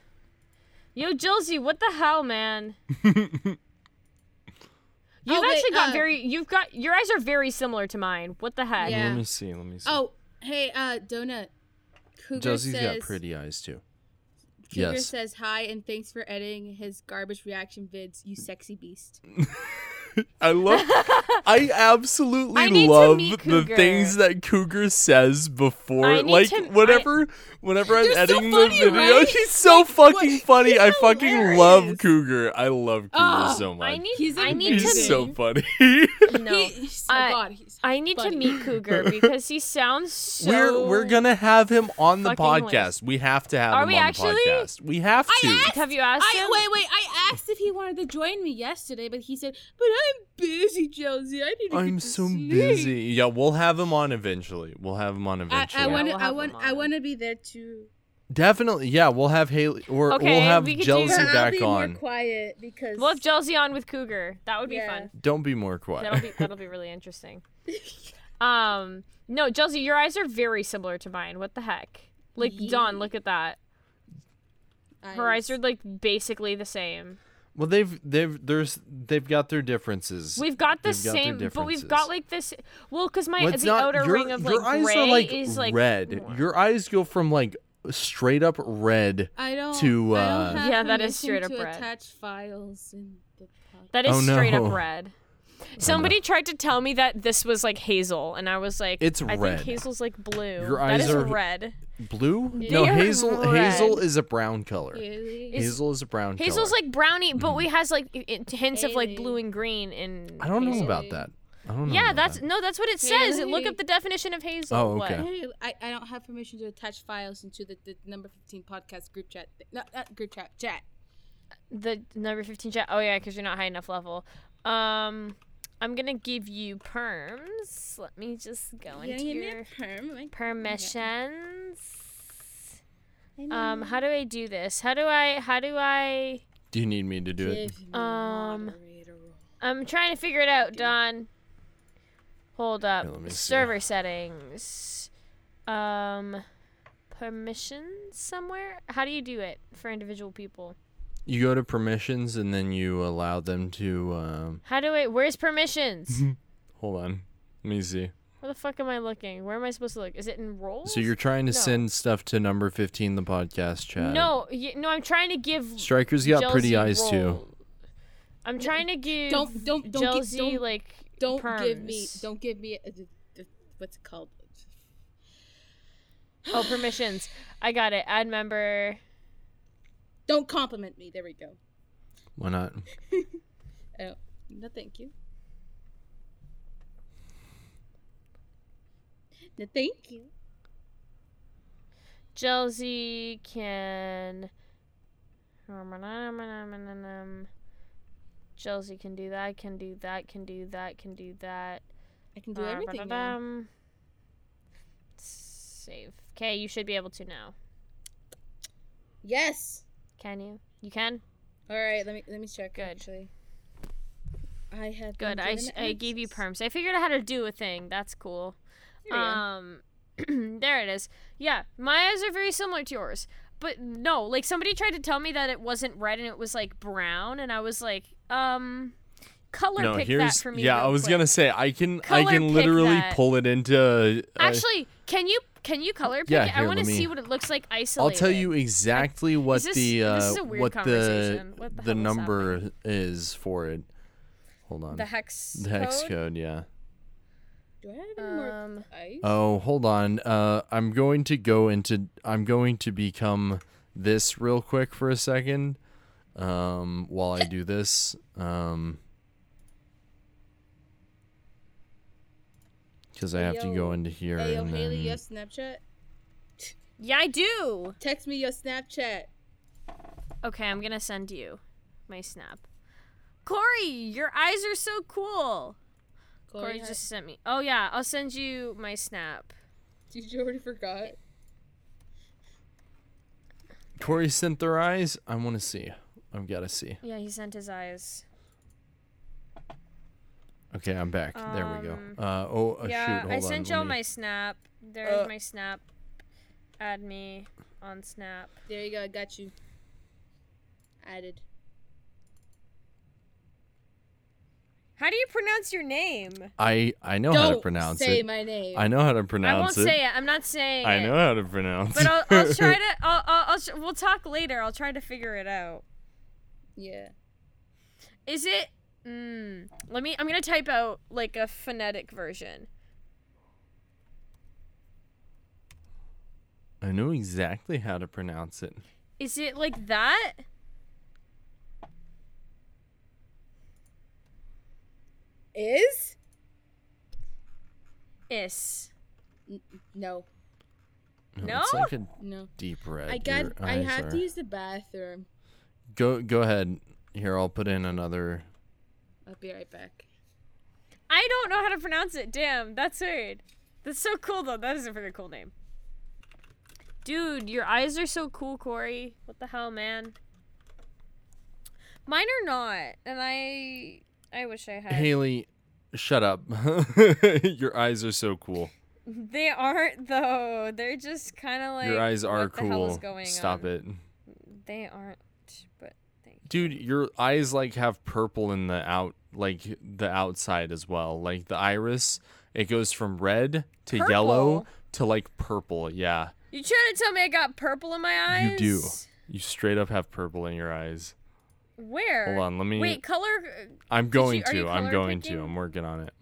Yo, Josie, what the hell,
[LAUGHS]
man? You've
Oh, wait,
actually got
uh,
very. You've got your eyes are very similar to mine. What the heck?
[LAUGHS]
Yeah.
Let me see. Let me see.
Oh, hey, uh, donut. Cougar
Josie's
says,
got pretty eyes too.
Cougar
Yes.
says hi and thanks for editing his garbage reaction vids. You sexy beast.
I love.
[LAUGHS]
I absolutely
I need to
love
meet
the
Cougar.
things that Cougar says
I
before,
need
like
to-
whenever, whenever I'm
They're so
editing
funny,
the video, [LAUGHS]
right?
she's so fucking
what-
funny.
he's
I fucking love
hilarious.
Cougar. I love Cougar
Oh,
so much.
I need.
He's
I need to.
he's
amazing.
so funny.
[LAUGHS]
[LAUGHS]
no.
[LAUGHS] He- oh
I-
God, he's
I need to
funny.
meet Cougar
[LAUGHS]
because he sounds so.
we're we're gonna have him on the
fucking
podcast. We have to have
Are
him
we
on
actually?
the podcast. We have to.
I asked.
Have you asked
I,
him?
Wait, wait. I asked if he wanted to join me yesterday, but he said, "But I'm busy, Josie. I need to
I'm
get to
so
sleep."
busy. Yeah, we'll have him on eventually. We'll have him on
I,
eventually.
I want.
Yeah,
to.
we'll
I
have
want.
him
I
on.
want to be there too.
Definitely. Yeah, we'll have Haley or
Okay,
we'll have
we could do
Jealousy
that.
But I'll
back
be
on.
more quiet because.
We'll have Josie on with Cougar. That would be
Yeah.
fun.
Don't be more quiet.
That'll be
[LAUGHS]
that'll be really
[LAUGHS]
interesting. Um, no, Josie, your eyes are very similar to mine. What the heck? Like
Ye-
Dawn, look at that. Her eyes
Eyes.
are like basically the same.
well, they've they've there's they've got their differences.
We've got the
They've got their
same, but we've got
differences.
like this. Well, because my
Well, it's
the
not-
outer
your-
ring of
your
like
eyes
gray
are like
is like
red.
more-
Your eyes go from like straight up red.
I don't.
to,
I don't
uh,
have
Yeah, that is
permission
straight up
to
red.
attach files in the podcast.
that is
Oh,
straight
no.
up red. Somebody tried to tell me that this was like hazel, and I was like,
It's
I
red.
think hazel's like blue.
Your
that
eyes
is
are-
red.
Blue? No,
They are
hazel. Hazel
red.
is a brown color.
Really?
hazel is a brown color.
Hazel's like brownie, but we has like i- i- hints of like
Haley.
blue and green. And
Mm-hmm. I don't know about that. I don't know.
Yeah,
about
that's
that.
no, that's what it says. Look
Haley.
up the definition of hazel.
Oh,
What?
okay.
Hey, I, I don't have permission to attach files into the, the number 15 podcast group chat. thi- No, not group chat, chat.
The number 15 chat. Oh, yeah, because you're not high enough level. Um, I'm going to give you perms. Let me just go into your permissions. Um, how do I do this? How do I, how do I,
Do you need me to do it?
Um, I'm trying to figure it out, Don. Hold up.
let me see.
Server settings. Um, permissions somewhere? How do you do it for individual people?
You go to permissions and then you allow them to. Um,
How do I? Where's permissions?
hold on. Let me see.
Where the fuck am I looking? Where am I supposed to look? Is it in roles?
So you're trying to
No.
send stuff to number 15, the podcast chat.
no, y- no. I'm trying to give.
Striker's got pretty
Josie
eyes too.
role. I'm trying to give.
Don't- don't- don't gi-
Josie,
don't-
like.
Don't give me,
perms.
don't give me, a, a- a- what's it called?
Oh, permissions. I got it. Add member.
Don't compliment me. There we go.
Why not?
I don't, no, thank you. No, thank you.
Josie can. Josie can do that. Can do that. Can do that. Can do that.
I can do everything now.
Um, save. Okay, you should be able to now.
Yes.
Can you? You can.
All right, let me let me check.
Good.
Actually, I have been
Good. I,
given
s- I gave you
access.
perms. I figured out how to do a thing. That's cool.
Yeah.
Um, [CLEARS THROAT] there it is. Yeah, my eyes are very similar to yours. But no, like somebody tried to tell me that it wasn't red and it was like brown, and I was like, um, color
no,
pick
here's
that for me.
yeah. I
real
was
quick.
gonna say I can I
Color
can
pick
literally
that.
pull it into. uh,
Actually, can you can you color pick
Yeah,
it? I
here,
want to
let me-
see what it looks like
I'll
isolated.
tell you exactly what
this-
the uh,
this is a weird
what the
conversation. What the
the
hell is
number is for it. Hold on.
the hex.
The hex
code?
code, yeah.
Do I have any more
Um,
ice?
Oh, hold on. Uh, I'm going to go into. I'm going to become this real quick for a second. Um, while I do this. Um. Because I have to go
Ayo.
into here
Hey, yo,
and
Haley,
then-
your Snapchat.
Yeah, I do.
Text me your Snapchat.
Okay, I'm gonna send you my snap. Corey, your eyes are so cool. Corey
Corey,
just sent me. Oh yeah, I'll send you my snap.
did [LAUGHS] you already forgot?
Corey sent their eyes. I want to see. I've got to see.
Yeah, he sent his eyes.
Okay, I'm back. there we
Um,
go. Uh oh, uh,
yeah,
shoot. Hold
I
on,
sent
let
y'all
me-
my snap. There's
Uh.
my snap. Add me on Snap.
There you go. I got you. Added.
How do you pronounce your name?
I I know how to pronounce
say
it.
my name.
I know how to
I won't
pronounce it.
say it. I'm not saying.
I
it.
know how to pronounce.
But I'll,
it. [LAUGHS]
I'll try to. I'll, I'll, I'll tr- we'll talk later. I'll try to figure it out.
yeah.
Is it? Mm, let me. I'm gonna type out like a phonetic version.
I know exactly how to pronounce it.
Is it like that?
Is?
Is
No.
it's
No?
like a
No.
deep red.
I got.
Your
I
eyes
have
are-
to use the bathroom.
Go go ahead. Here, I'll put in another.
I'll be right back.
I don't know how to pronounce it. Damn, that's weird. That's so cool though. That is a very cool name. Dude, your eyes are so cool, Corey. What the hell, man? Mine are not, and I I wish I had.
Haley, shut up. [LAUGHS] Your eyes are so cool.
They aren't though. They're just kind of like
Your eyes are
what the hell is
cool.
going
Stop
on?
it.
They aren't, but thank you.
Dude, your eyes like have purple in the out like the outside as well. Like the iris, it goes from red to yellow
Purple?
to like purple. Yeah.
You trying to tell me I got purple in my eyes?
You do. You straight up have purple in your eyes.
Where?
Hold on, let me
Wait, color,
I'm going
are you
to. I'm
color
going to.
picking?
I'm working on it.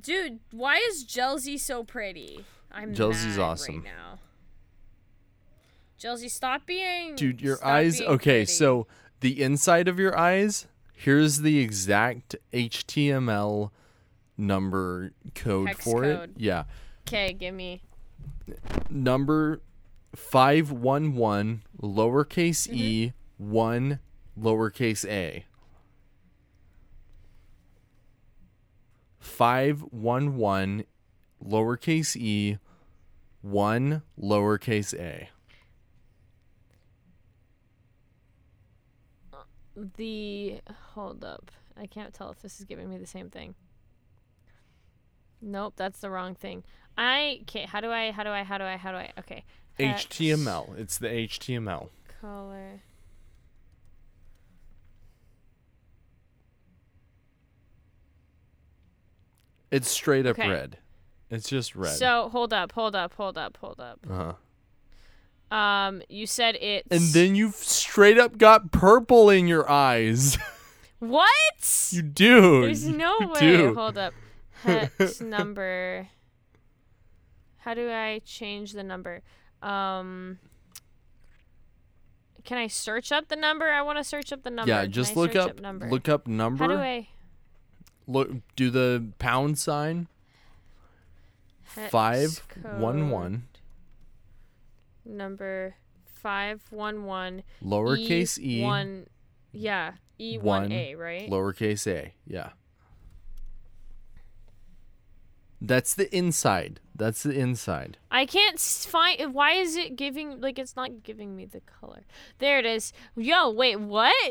dude. Why is Jelzy so pretty? I'm mad
Jelzy's
right
awesome.
now. Jelzy, stop being.
Dude, your
Hmm, stop
eyes.
being
Okay,
pretty.
so the inside of your eyes, here's the exact HTML number code
Hex
for it.
code.
Yeah.
Okay, give me.
Number 511 lowercase
Mm-hmm.
e 1 lowercase a. 511 lowercase e 1 lowercase a.
the hold up. I can't tell if this is giving me the same thing. Nope, that's the wrong thing. I okay. How do I? How do I? How do I? How do I? Okay. Hex
HTML. It's the HTML.
Color.
It's straight up
Okay.
red. It's just red.
So hold up, hold up, hold up, hold up.
uh-huh.
Um, you said it's
And then you've straight up got purple in your eyes. [LAUGHS]
what?
you do.
There's
You
no way.
[LAUGHS] do.
Hold up. Hex number. How do I change the number? Um. Can I search up the number? I want to search up the number.
Yeah,
Can I
just look
search
up,
number.
look up number.
How do I?
Look do the pound sign
Hex
five one
code
one
Number five one one.
lowercase e,
one. Yeah, e one a right.
lowercase a. Yeah. That's the inside. That's the inside.
I can't s- find. Why is it giving? Like it's not giving me the color. There it is. Yo, wait, what? [LAUGHS]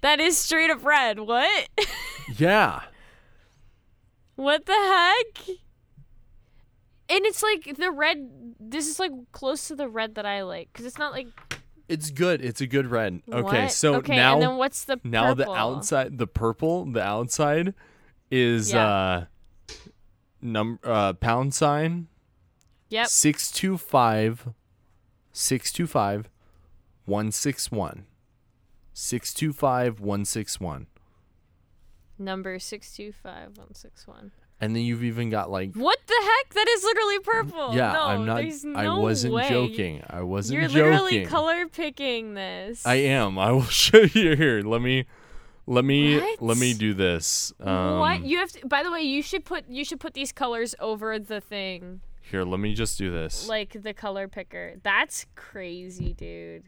That is straight up red. What?
Yeah.
What the heck?
And it's like the red. This is like close to the red that I like because it's not like
It's good. It's a good red. Okay,
what?
so
okay,
now
and then what's the
now
purple?
the outside, the purple, the outside is
Yeah.
uh num uh pound sign
Yep.
six two five six two five one six one six two five one six one.
Number six two five one six one.
And then you've even got like
What the heck? That is literally purple.
yeah,
no,
I'm not
There's no
I wasn't
way.
joking. I wasn't
You're
joking.
literally color picking this.
I am. I will [LAUGHS] show you here. Let me let me let
What?
me do this. Um
what you have to, by the way you should put you should put these colors over the thing
here, let me just do this.
like the color picker that's crazy dude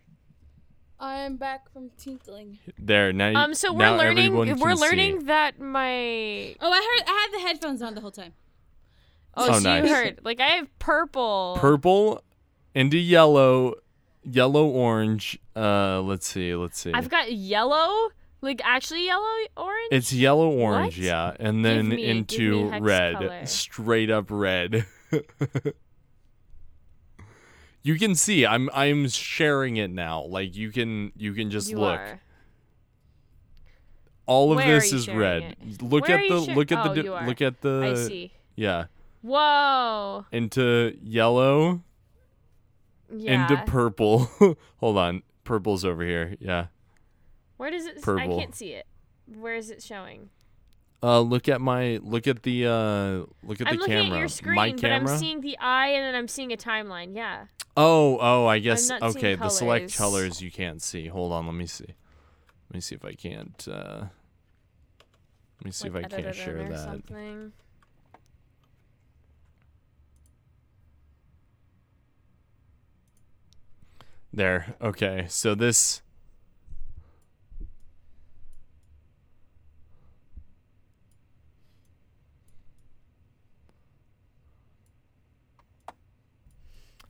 I'm back from tinkling.
there. Now you-
um so we're
now
learning
everyone
we're
can see.
learning that my
Oh, I heard. I had the headphones on the whole time. [SIGHS]
oh,
Oh,
so
nice.
you heard like i have purple
purple into yellow, yellow orange. Uh let's see, let's see.
i've got yellow like actually yellow orange
It's yellow orange,
What?
yeah, and then
me- give
into
me hex
red,
color.
straight up red. [LAUGHS] you can see I'm I'm sharing it now. Like you can you can just
you
look.
are
All of
Where are
this
you
is
sharing
red.
it?
Look
Where
at
are
the
you shar-
look at the
Oh,
di-
you are.
look at the
i see
yeah
whoa
into yellow
yeah
into purple. [LAUGHS] Hold on, purple's over here. Yeah.
where does it s- i
purple.
can't see it where is it showing
Uh, look at my look at the uh look at
i'm
the
looking
camera.
at your screen
my
but i'm
camera.
seeing the eye and then i'm seeing a timeline yeah
Oh, oh, I guess
not seeing
okay. The select
colours.
colors you can't see. Hold on, let me see. Let me see if I can't. Uh, let me see
like,
if I can't
edited in
share
or
that.
Something.
There. Okay. So this.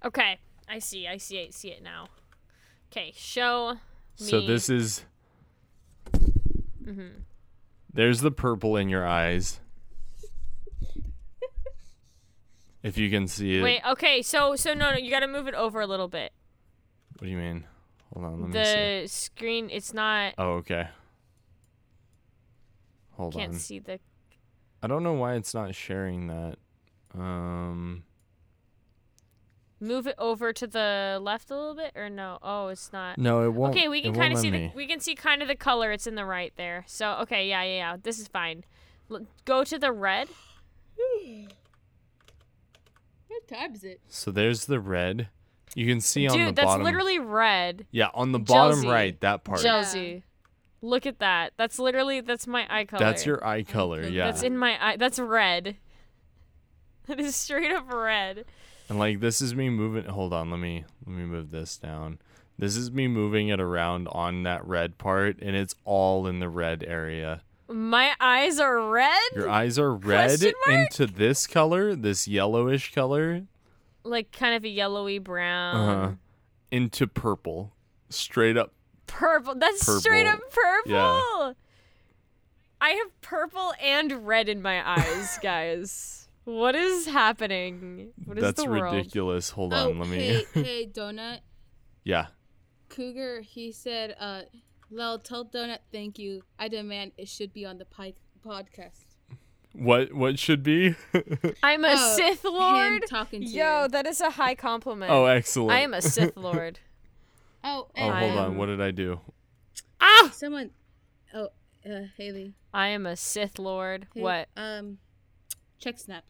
Okay, I see, I see, I see it now. Okay, show.
So
Me. Mm-hmm.
this is. There's the purple in your
[LAUGHS]
eyes. if you can see it.
Wait, okay, so so no, no, you got to move it over a little bit.
What do you mean? Hold on. Let me see.
The screen, it's not.
Oh, okay. Hold
can't
on.
see the.
I don't know why it's not sharing that. Um,
Move it over to the left a little bit, or no? Oh, it's not.
no, it won't.
Okay, we
it
can
won't
kind of
let
see the
me.
we can see kind of the color. It's in the right there. So okay, yeah, yeah, yeah. This is fine. L- go to the red.
What time is it?
So there's the red. You can see on the
Dude, that's
bottom.
literally red.
yeah, on the bottom
Jersey.
right, that part.
Jer-
Josie, look at that. That's literally that's my eye color.
That's your eye color. Yeah,
That's in my eye. That's red. [LAUGHS] That is straight up red.
and like this is me moving. Hold on, let me let me move this down. This is me moving it around on that red part, and it's all in the red area.
My eyes are red.
Your eyes are red
Question mark?
into this color, this yellowish color,
Like kind of a yellowy brown.
uh-huh, into purple, straight up
Purple. That's straight up purple.
Purple. Yeah.
I have purple and red in my eyes, [LAUGHS] guys. What is happening? What is
That's
the world?
ridiculous. Hold
oh,
on, let me.
hey, hey, donut
[LAUGHS] yeah.
cougar. He said, "Uh, Lel, tell donut thank you. I demand it should be on the pi- podcast."
What what should be? [LAUGHS]
I'm a
Oh,
Sith Lord.
Him talking to
Yo,
you.
that is a high compliment.
oh, excellent.
I am a
[LAUGHS]
Sith Lord.
Oh,
Oh,
and,
hold
um,
on. What did I do?
ah!
Someone. Oh, uh, Haley.
I am a Sith Lord.
Hey,
What?
Um, check snap.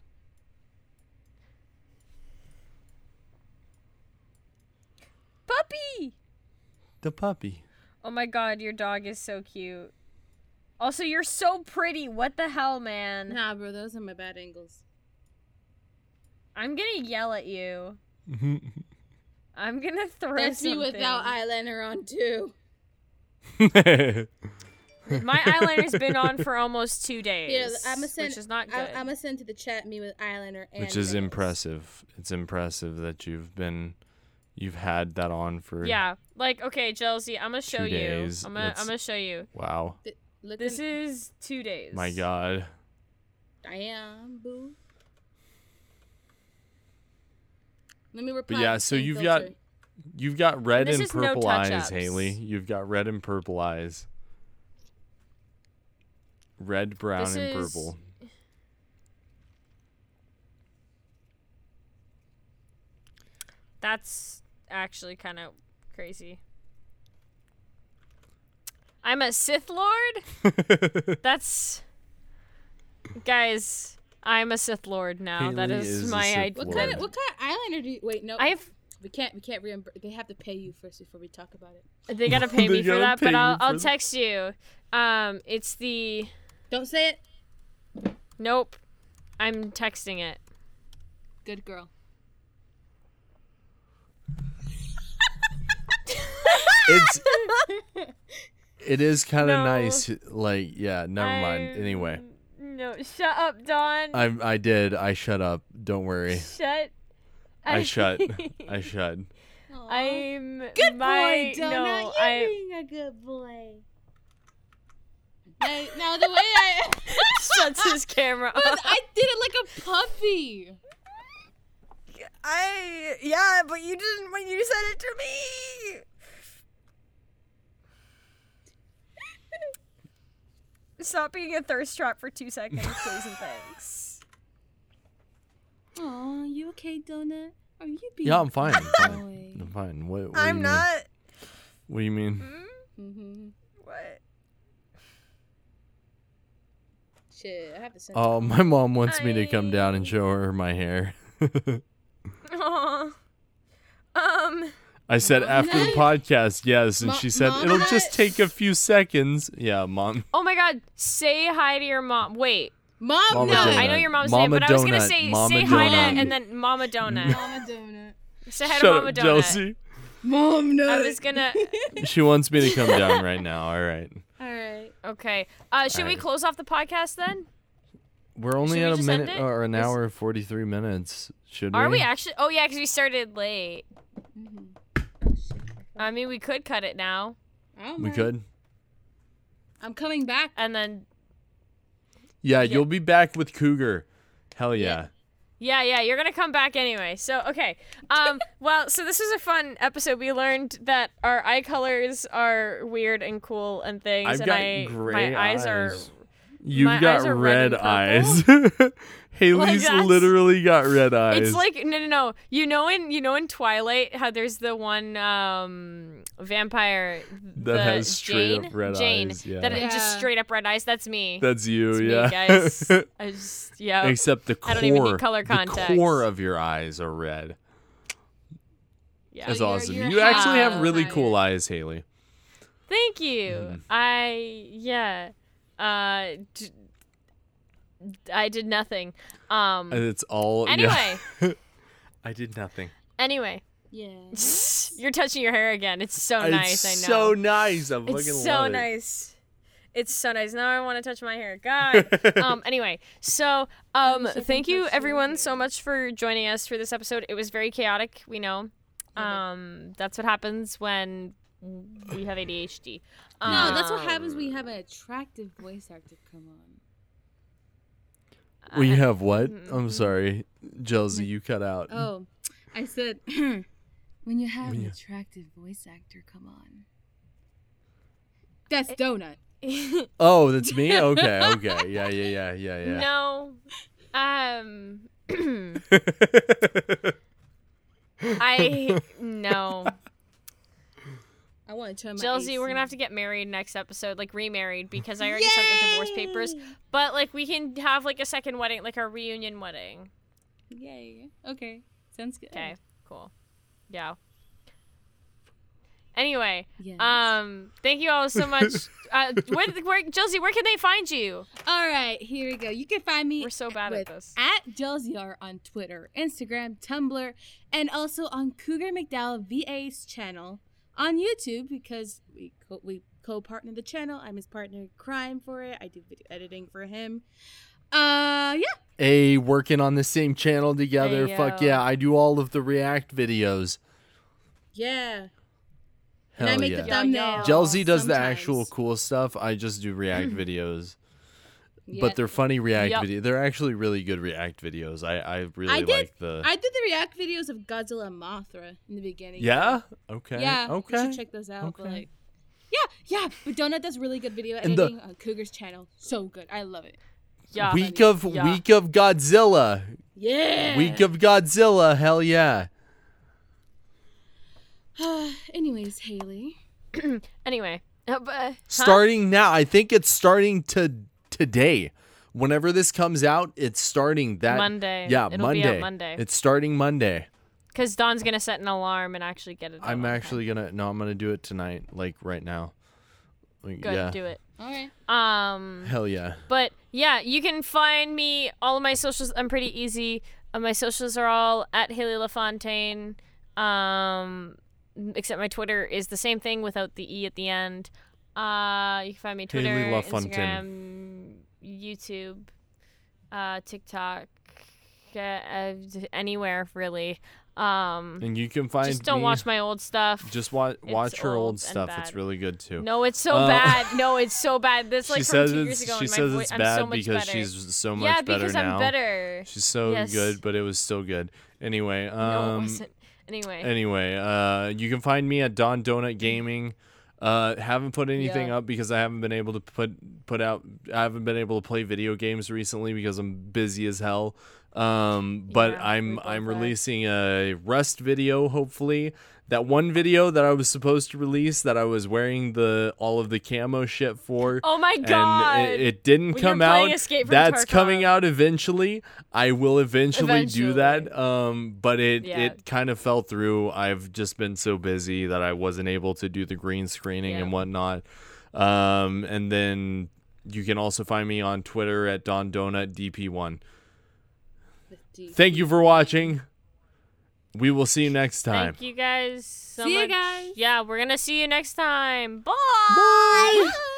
Puppy!
The [LAUGHS] puppy.
Oh my god, your dog is so cute. Also, you're so pretty. What the hell, man?
Nah, bro, those are my bad angles.
I'm gonna yell at you. I'm gonna throw
That's me
something.
without eyeliner on too.
[LAUGHS] My eyeliner's been on for almost
[LAUGHS]
two days,
Here, I'm gonna send.
which is not good.
I'm, gonna send to the chat me with eyeliner and.
Which is
nails.
impressive. It's impressive that you've been, you've had that on for.
yeah, like okay, Jealousy, I'm gonna show
Two
you.
days,
I'm gonna,
that's-
I'm gonna show you.
Wow.
Th- look
This
in-
is two days.
My God.
Damn, boo. Let me reply.
But yeah,
with
so
same
you've got
filter.
you've got red
This
and
is no
purple eyes,
touch-ups.
Haley. You've got red and purple eyes. Red, brown,
This
and
is-
purple.
That's actually kind of crazy. I'm a Sith Lord? [LAUGHS] That's. Guys, I'm a Sith Lord now. that
Haley
is,
is a
my
Sith
idea.
What kind of
Lord.
what kind of islander do you? Wait, no.
I have.
we can't. We can't reimburse. They have to pay you first before we talk about it.
They gotta pay
[LAUGHS] They
me for
gotta
that,
pay
but
you
I'll,
for
I'll
that.
text you. Um, it's the.
Don't say it.
Nope. I'm texting
[LAUGHS]
it.
Good girl.
It's it is kind of
No.
nice. Like yeah, never mind. Anyway,
No, shut up, Don.
I I did. I shut up. Don't worry.
shut.
I shut.
[LAUGHS]
I shut.
I'm
Good
my
boy, Donut.
no.
You're
I
being a good boy. now, now the way I [LAUGHS]
shuts his camera off.
I did it like a puppy.
I yeah, but you didn't when you said it to me. Stop being a thirst trap for two seconds, please and thanks.
Oh, you okay, Donut? Are you being?
Yeah, I'm fine. I'm fine.
Boy.
I'm fine. What, [LAUGHS] what do you
I'm
mean?
not. Hmm?
What do you mean?
Mm-hmm.
What?
Shit, I have to send.
Oh, my mom wants me to come down and show her my hair. [LAUGHS]
Aw. Um.
I said after
[LAUGHS]
the podcast, yes, and
Mo-
she said
Mom
it'll
nut?
just take a few seconds. Yeah, mom.
Oh my God! Say hi to your mom. Wait,
Mom,
Mama
no,
no.
Donut.
I know your mom's
Mama
name, but I was gonna
Donut,
say
Mama
say hi to
Donut.
and then Mama Donut.
Mama Donut.
say hi to
Shut
Mama
up,
Donut.
Chelsea.
Mom, no.
I was
[LAUGHS]
gonna.
She wants me to come down right now. All right.
All right.
Okay. Uh, should we
Alright.
close off the podcast then?
We're
Should
only
we
at a
just end
minute
it?
or an
Is-
hour and 43 minutes. Should
Are
we?
we actually? Oh yeah, because we started late.
Mm-hmm.
I mean, we could cut it now
Oh,
we
my-
could.
I'm coming back.
and then.
Yeah, you'll be back with Cougar. Hell yeah.
Yeah, yeah, you're gonna come back anyway. So okay, um, well, so this was a fun episode. We learned that our eye colors are weird and cool and things,
I've
and
got
I
gray
my eyes are
eyes. You've
My
got
eyes are
red,
red and
eyes.
[LAUGHS]
[LAUGHS] Haley's
that's-
literally got red eyes.
It's like no, no, no. You know in you know in Twilight how there's the one um, vampire
That
the
has straight
Jane,
up red
Jane,
eyes, yeah.
that it
Yeah.
just straight up red eyes. That's me.
That's you,
It's me,
yeah. [LAUGHS]
guys. I just yeah.
Except the core,
I don't even need color
the
contacts.
core of your eyes are red.
Yeah.
That's
you're-
awesome.
you're
you actually have
high.
really cool eyes, Haley.
Thank you.
Mm.
I yeah. Uh, d- I did nothing. Um.
And it's all yeah.
anyway,
[LAUGHS] I did nothing.
anyway, [LAUGHS]
Yeah.
you're touching your hair again. It's so Oh, nice. I
It's
know.
so nice. I'm
It's
fucking
so
love it. [LAUGHS]
nice. It's so nice. Now I want to touch my hair. God. um. Anyway, so um, thank you everyone so much for joining us for this episode. It was very chaotic. We know. Um. That's what happens when we have ADHD. Um,
No, that's what happens when you have an attractive voice actor come on.
We have
[LAUGHS]
what? I'm sorry,
Mm.
Josie, you cut out.
Oh, I said [CLEARS THROAT] when you have an attractive voice actor come on. Eh. That's donut.
Oh, that's
[LAUGHS]
me. Okay, okay, yeah, yeah, yeah, yeah,
No. Um. [CLEARS THROAT]
yeah.
I no.
I want to turn my.
Josie, we're gonna have to get married next episode, like remarried, because I already sent the divorce papers. But like, we can have like a second wedding, like our reunion wedding.
Yay! Okay, sounds good.
Okay, cool. Yeah. Anyway,
Yes.
um, thank you all so
[LAUGHS]
much. uh, where, where, Josie, where can they find you?
All right, here we go. You can find me.
We're so bad
with
at this.
At Jelziar on Twitter, Instagram, Tumblr, and also on Cougar McDowell VA's channel on YouTube because we co- we co-partner the channel. I'm his partner in crime for it. I do video editing for him. Uh, yeah.
[LAUGHS] A working on the same channel together.
Hey,
Fuck
yo.
yeah! I do all of the React videos.
Yeah.
Hell
and I make
yeah.
the thumbnail.
Jelzy does the
sometimes. [CLEARS THROAT]
actual cool stuff. I just do React videos.
Yeah.
but they're funny React
Yep.
video. They're actually really good React videos. I I really
I did-
like the.
I did the React videos of Godzilla and Mothra in the beginning.
yeah. Okay.
Yeah. You
Okay.
should check those out. But
Okay.
like, yeah, yeah. But Donut does really good video
And the-
editing on Cougar's channel. So good. I love it.
Yeah.
Week of
Yeah.
week of Godzilla.
Yeah.
Week of Godzilla. Hell yeah.
[SIGHS] Anyways, Haley.
Anyway, uh, but, uh, huh?
Starting now. I think it's starting to today. Whenever this comes out, it's starting that
Monday.
Yeah,
It'll be out
Monday.
Monday.
It's starting Monday.
Because Don's gonna set an alarm and actually get it.
I'm
done.
actually gonna no, I'm gonna do it tonight, like right now. Like,
good.
yeah.
Do it.
All right.
Um,
Hell yeah.
but yeah, you can find me all of my socials. I'm pretty easy. Uh, my socials are all at Haley Lafontaine. Um, except my Twitter is the same thing without the e at the end. Uh, you can find me
Haley
Twitter, Instagram,
LaFontaine.
YouTube, uh, TikTok, uh, uh, anywhere really. Um,
And you can find
just don't
me-
watch my old stuff.
just watch watch her
old
old,
and
stuff. It's
bad.
really good too.
No, it's so
Uh,
bad. No, it's so bad. This like
[LAUGHS] she
from
says
two years
it's
ago.
she
and my
says
voi-
it's
I'm
bad
so much
because
better.
she's so much
yeah,
better
because
now.
I'm better.
She's so
Yes.
good, but it was still good. Anyway, um,
no, it wasn't. Anyway,
Anyway, uh, you can find me at Don Donut Gaming. Uh, haven't put anything up because I haven't been able to put put out. I haven't been able to play video games recently because I'm busy as hell. Um, but
Yeah, we
I'm
both
I'm
are.
releasing a Rust video. Hopefully, that one video that I was supposed to release that I was wearing the all of the camo shit for.
oh my god,
And it, it didn't
When you're
come
playing
out.
Escape from
That's
Tarkov.
coming out eventually. I will eventually, do that. Um, but it
Yeah.
it kind of fell through. I've just been so busy that I wasn't able to do the green screening and whatnot. Um, and then you can also find me on Twitter at Don Donut DP1. Thank you for watching. We will see you next time.
thank you guys so
See you
much.
guys.
Yeah, we're gonna see you next time. Bye.
Bye.